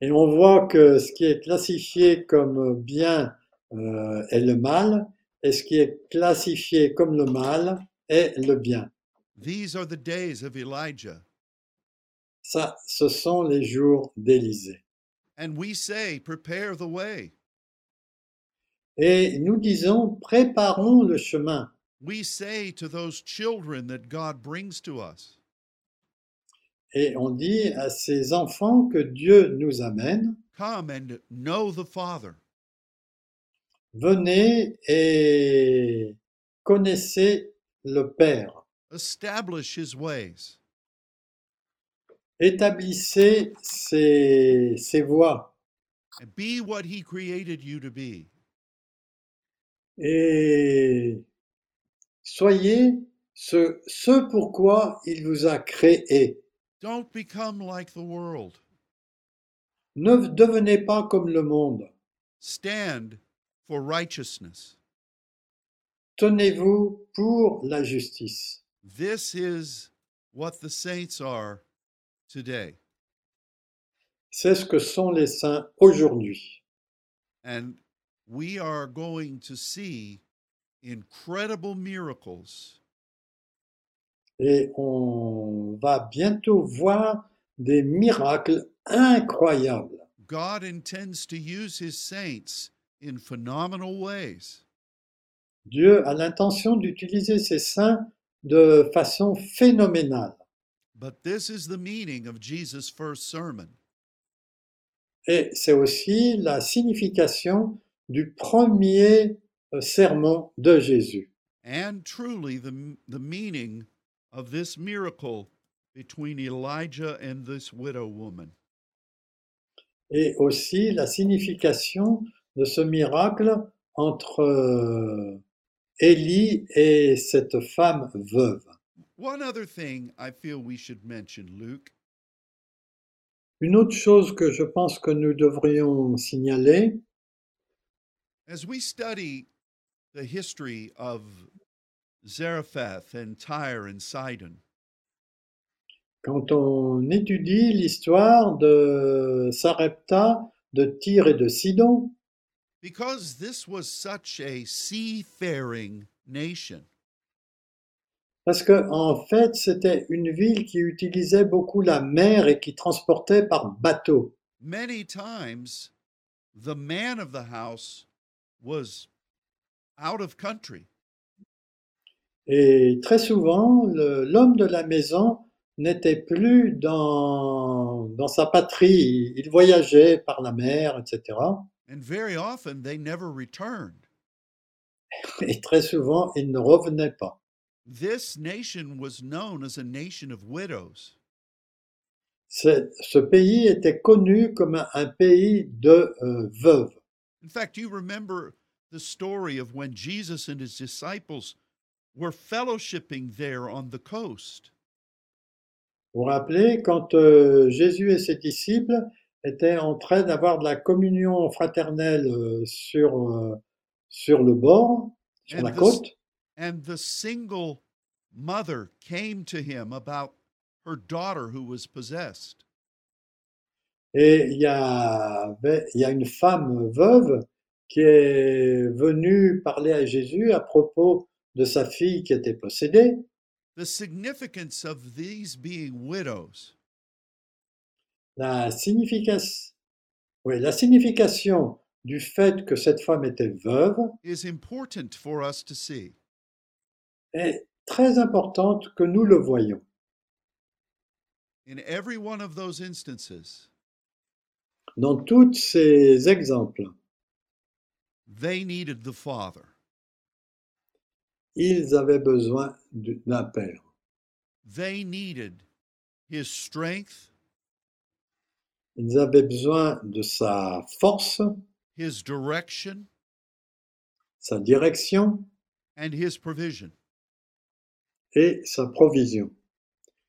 [SPEAKER 2] Et on voit que ce qui est classifié comme bien euh, est le mal, et ce qui est classifié comme le mal est le bien.
[SPEAKER 1] These are the days of Elijah.
[SPEAKER 2] Ça, ce sont les jours d'Élysée.
[SPEAKER 1] And we say, Prepare the way.
[SPEAKER 2] Et nous disons, préparons le chemin.
[SPEAKER 1] We say to those children that God brings to us,
[SPEAKER 2] Et on dit à ces enfants que Dieu nous amène,
[SPEAKER 1] Come and know the Father.
[SPEAKER 2] venez et connaissez le Père,
[SPEAKER 1] establish his ways.
[SPEAKER 2] établissez ses, ses voies
[SPEAKER 1] and Be what he created you to be.
[SPEAKER 2] et soyez ce, ce pourquoi il vous a créé.
[SPEAKER 1] Don't become like the world.
[SPEAKER 2] Ne devenez pas comme le monde.
[SPEAKER 1] Stand for righteousness.
[SPEAKER 2] Tenez-vous pour la justice.
[SPEAKER 1] This is what the saints are today.
[SPEAKER 2] C'est ce que sont les saints aujourd'hui.
[SPEAKER 1] And we are going to see incredible miracles
[SPEAKER 2] Et on va bientôt voir des miracles incroyables.
[SPEAKER 1] God intends to use his saints in phenomenal ways.
[SPEAKER 2] Dieu a l'intention d'utiliser ses saints de façon phénoménale.
[SPEAKER 1] But this is the meaning of Jesus' first sermon.
[SPEAKER 2] Et c'est aussi la signification du premier euh, sermon de Jésus.
[SPEAKER 1] and truly the, the meaning of this miracle between Elijah and this widow woman.
[SPEAKER 2] Et aussi la signification de ce miracle entre euh, Élie et cette femme veuve.
[SPEAKER 1] One other thing I feel we should mention, Luke,
[SPEAKER 2] Une autre chose que je pense que nous devrions signaler,
[SPEAKER 1] as we study the history of Zarephath and Tyre and Sidon.
[SPEAKER 2] Quand on étudie l'histoire de Sarepta, de Tyr et de Sidon,
[SPEAKER 1] Because this was such a seafaring nation,
[SPEAKER 2] parce que en fait c'était une ville qui utilisait beaucoup la mer et qui transportait par bateau.
[SPEAKER 1] many times the man of the house was out of country.
[SPEAKER 2] Et très souvent, le- l'homme de la maison n'était plus dans, dans sa patrie, il voyageait par la mer, etc.
[SPEAKER 1] And very often they never returned.
[SPEAKER 2] Et très souvent, il ne revenait pas.
[SPEAKER 1] This nation was known as a nation of widows.
[SPEAKER 2] C'est- Ce pays était connu comme un, un pays de euh, veuves.
[SPEAKER 1] In fact, you remember the story of when Jesus and his disciples were fellowshipping there on the coast.
[SPEAKER 2] Vous vous rappelez, quand euh, Jésus et ses disciples étaient en train d'avoir de la communion fraternelle euh, sur, euh, sur le bord, sur
[SPEAKER 1] And
[SPEAKER 2] la
[SPEAKER 1] this-
[SPEAKER 2] côte,
[SPEAKER 1] And the single mother came to him about her daughter who was possessed.
[SPEAKER 2] Et il y avait- il y a une femme veuve qui est venue parler à Jésus à propos de sa fille qui était possédée.
[SPEAKER 1] The significance of these being widows
[SPEAKER 2] La signification, la signification du fait que cette femme était veuve
[SPEAKER 1] is important for us to see.
[SPEAKER 2] est très importante que nous le voyons.
[SPEAKER 1] In every one of those instances,
[SPEAKER 2] Dans tous ces exemples,
[SPEAKER 1] they needed the father.
[SPEAKER 2] ils avaient besoin du- d'un père.
[SPEAKER 1] They needed his strength,
[SPEAKER 2] Ils avaient besoin de sa force,
[SPEAKER 1] his direction,
[SPEAKER 2] sa direction
[SPEAKER 1] and his provision.
[SPEAKER 2] et sa provision.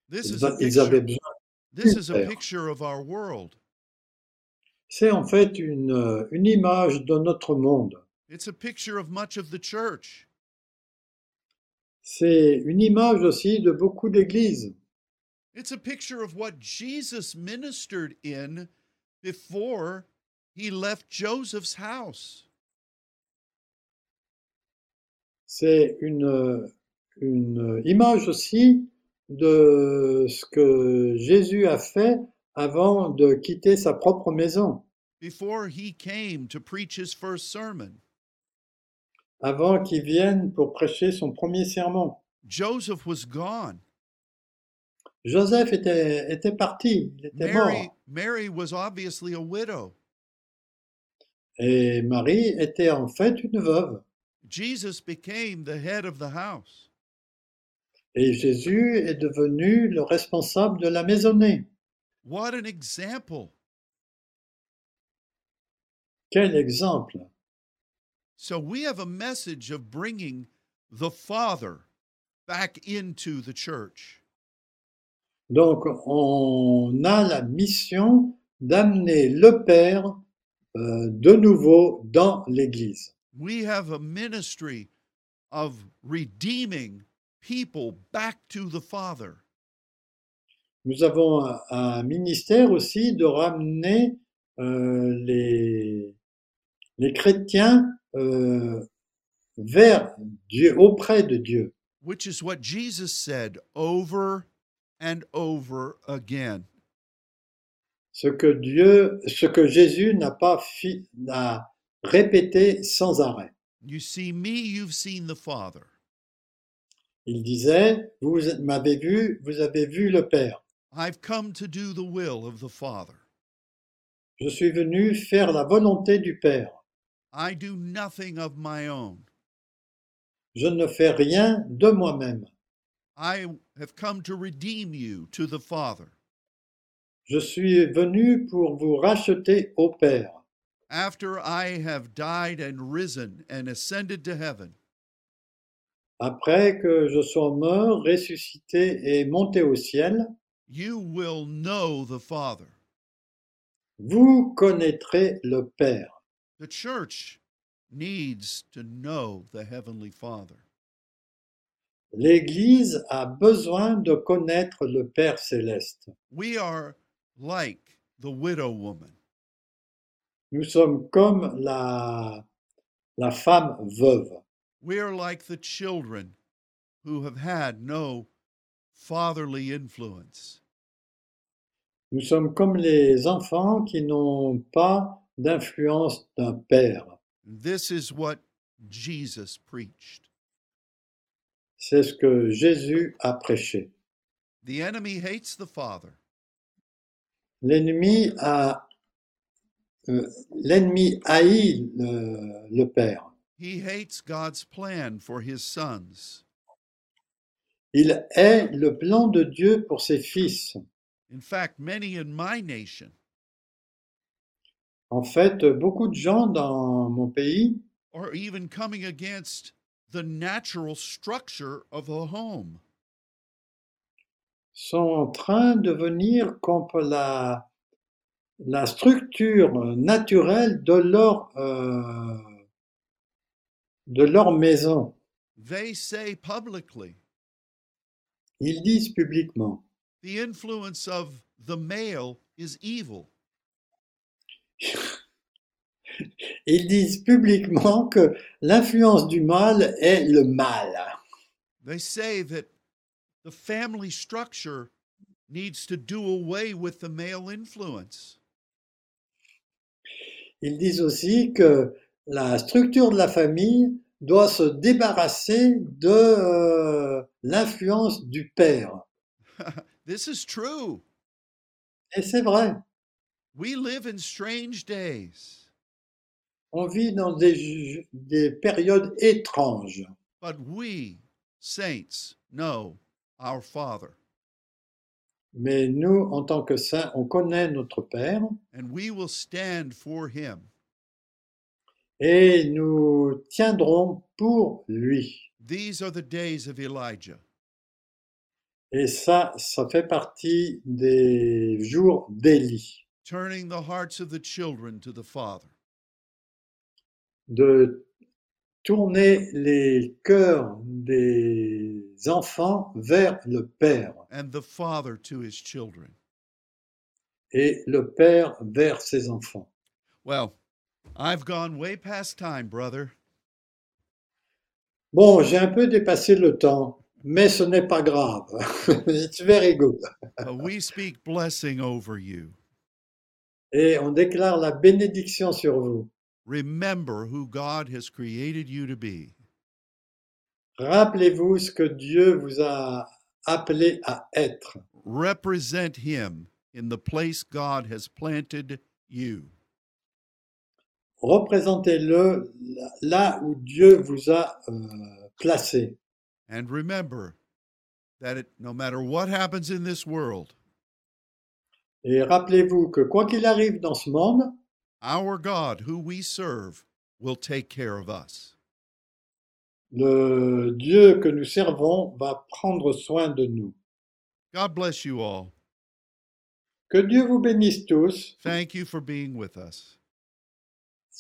[SPEAKER 1] This is
[SPEAKER 2] Ils
[SPEAKER 1] a
[SPEAKER 2] a- ils avaient
[SPEAKER 1] picture.
[SPEAKER 2] besoin
[SPEAKER 1] This is a
[SPEAKER 2] Super.
[SPEAKER 1] picture of our world.
[SPEAKER 2] C'est en fait une, euh, une image de notre monde.
[SPEAKER 1] It's a picture of much of the church.
[SPEAKER 2] C'est une image aussi de beaucoup d'églises.
[SPEAKER 1] It's a picture of what Jesus ministered in before he left Joseph's house.
[SPEAKER 2] C'est une, euh, une image aussi de ce que Jésus a fait avant de quitter sa propre maison,
[SPEAKER 1] before he came to preach his first sermon.
[SPEAKER 2] avant qu'il vienne pour prêcher son premier sermon.
[SPEAKER 1] Joseph was gone.
[SPEAKER 2] Joseph était, était parti, il était
[SPEAKER 1] Mary,
[SPEAKER 2] mort.
[SPEAKER 1] Mary was obviously a widow.
[SPEAKER 2] Et Marie était en fait une veuve.
[SPEAKER 1] Jesus became the head of the house.
[SPEAKER 2] Et Jésus est devenu le responsable de la maisonnée.
[SPEAKER 1] What an example.
[SPEAKER 2] Quel exemple!
[SPEAKER 1] So we have a message of bringing the Father back into the church.
[SPEAKER 2] Donc, on a la mission d'amener le Père euh, de nouveau dans l'Église.
[SPEAKER 1] We have a ministry of redeeming people back to the Father.
[SPEAKER 2] Nous avons un, un ministère aussi de ramener euh, les, les chrétiens euh, vers Dieu, auprès de Dieu.
[SPEAKER 1] which is what Jesus said over and over again.
[SPEAKER 2] Ce que Dieu, ce que Jésus n'a pas fi- n'a répété sans arrêt.
[SPEAKER 1] You see me, you've seen the Father.
[SPEAKER 2] Il disait, vous m'avez vu, vous avez vu le Père.
[SPEAKER 1] I've come to do the will of the Father.
[SPEAKER 2] Je suis venu faire la volonté du Père.
[SPEAKER 1] I do nothing of my own.
[SPEAKER 2] Je ne fais rien de moi-même.
[SPEAKER 1] I have come to redeem you to the Father.
[SPEAKER 2] Je suis venu pour vous racheter au Père.
[SPEAKER 1] After I have died and risen and ascended to heaven,
[SPEAKER 2] Après que je sois mort, ressuscité et monté au ciel,
[SPEAKER 1] you will know the Father.
[SPEAKER 2] vous connaîtrez le Père.
[SPEAKER 1] The church needs to know the Heavenly Father.
[SPEAKER 2] L'Église a besoin de connaître le Père céleste.
[SPEAKER 1] We are like the widow woman.
[SPEAKER 2] Nous sommes comme la, la femme veuve.
[SPEAKER 1] We are like the children who have had no fatherly influence.
[SPEAKER 2] Nous sommes comme les enfants qui n'ont pas d'influence d'un père.
[SPEAKER 1] This is what Jesus preached.
[SPEAKER 2] C'est ce que Jésus a prêché.
[SPEAKER 1] The enemy hates the father.
[SPEAKER 2] L'ennemi a euh, l'ennemi haït le, le père.
[SPEAKER 1] He hates God's plan for his sons.
[SPEAKER 2] Il hait le plan de Dieu pour ses fils.
[SPEAKER 1] In fact, many in my nation
[SPEAKER 2] En fait, beaucoup de gens dans mon pays
[SPEAKER 1] are even coming against the natural structure of a home.
[SPEAKER 2] sont en train de venir contre la, la structure naturelle de leur, euh, de leur maison.
[SPEAKER 1] They say publicly
[SPEAKER 2] Ils disent publiquement,
[SPEAKER 1] the influence of the male is evil.
[SPEAKER 2] ils disent publiquement que l'influence du mal est le mal.
[SPEAKER 1] They say that the family structure needs to do away with the male influence.
[SPEAKER 2] Ils disent aussi que la structure de la famille doit se débarrasser de euh, l'influence du père.
[SPEAKER 1] This is true.
[SPEAKER 2] Et c'est vrai,
[SPEAKER 1] We live in strange days,
[SPEAKER 2] on vit dans des, ju- des périodes étranges.
[SPEAKER 1] but we, saints, know our Father,
[SPEAKER 2] Mais nous, en tant que saints, on connaît notre Père
[SPEAKER 1] and we will stand for Him.
[SPEAKER 2] et nous tiendrons pour lui.
[SPEAKER 1] These are the days of Elijah.
[SPEAKER 2] Et ça, ça fait partie des jours d'Élie,
[SPEAKER 1] turning the hearts of the children to the Father.
[SPEAKER 2] de tourner les cœurs des enfants vers le Père
[SPEAKER 1] and the father to his children.
[SPEAKER 2] et le Père vers ses enfants.
[SPEAKER 1] Well, I've gone way past time, brother.
[SPEAKER 2] Bon, j'ai un peu dépassé le temps, mais ce n'est pas grave. <laughs> It's very good.
[SPEAKER 1] but we speak blessing over you.
[SPEAKER 2] Et on déclare la bénédiction sur vous.
[SPEAKER 1] Remember who God has created you to be.
[SPEAKER 2] Rappelez-vous ce que Dieu vous a appelé à être.
[SPEAKER 1] Represent him in the place God has planted you.
[SPEAKER 2] Représentez-le là où Dieu vous a euh, placé.
[SPEAKER 1] And remember that it, no matter what happens in this world,
[SPEAKER 2] Et rappelez-vous que quoi qu'il arrive dans ce monde,
[SPEAKER 1] our God, who we serve, will take care of us.
[SPEAKER 2] le Dieu que nous servons va prendre soin de nous.
[SPEAKER 1] God bless you all.
[SPEAKER 2] Que Dieu vous bénisse tous.
[SPEAKER 1] Thank you for being with us.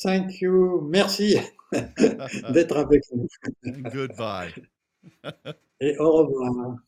[SPEAKER 2] Thank you. Merci <laughs> d'être avec nous.
[SPEAKER 1] and goodbye.
[SPEAKER 2] Et au revoir.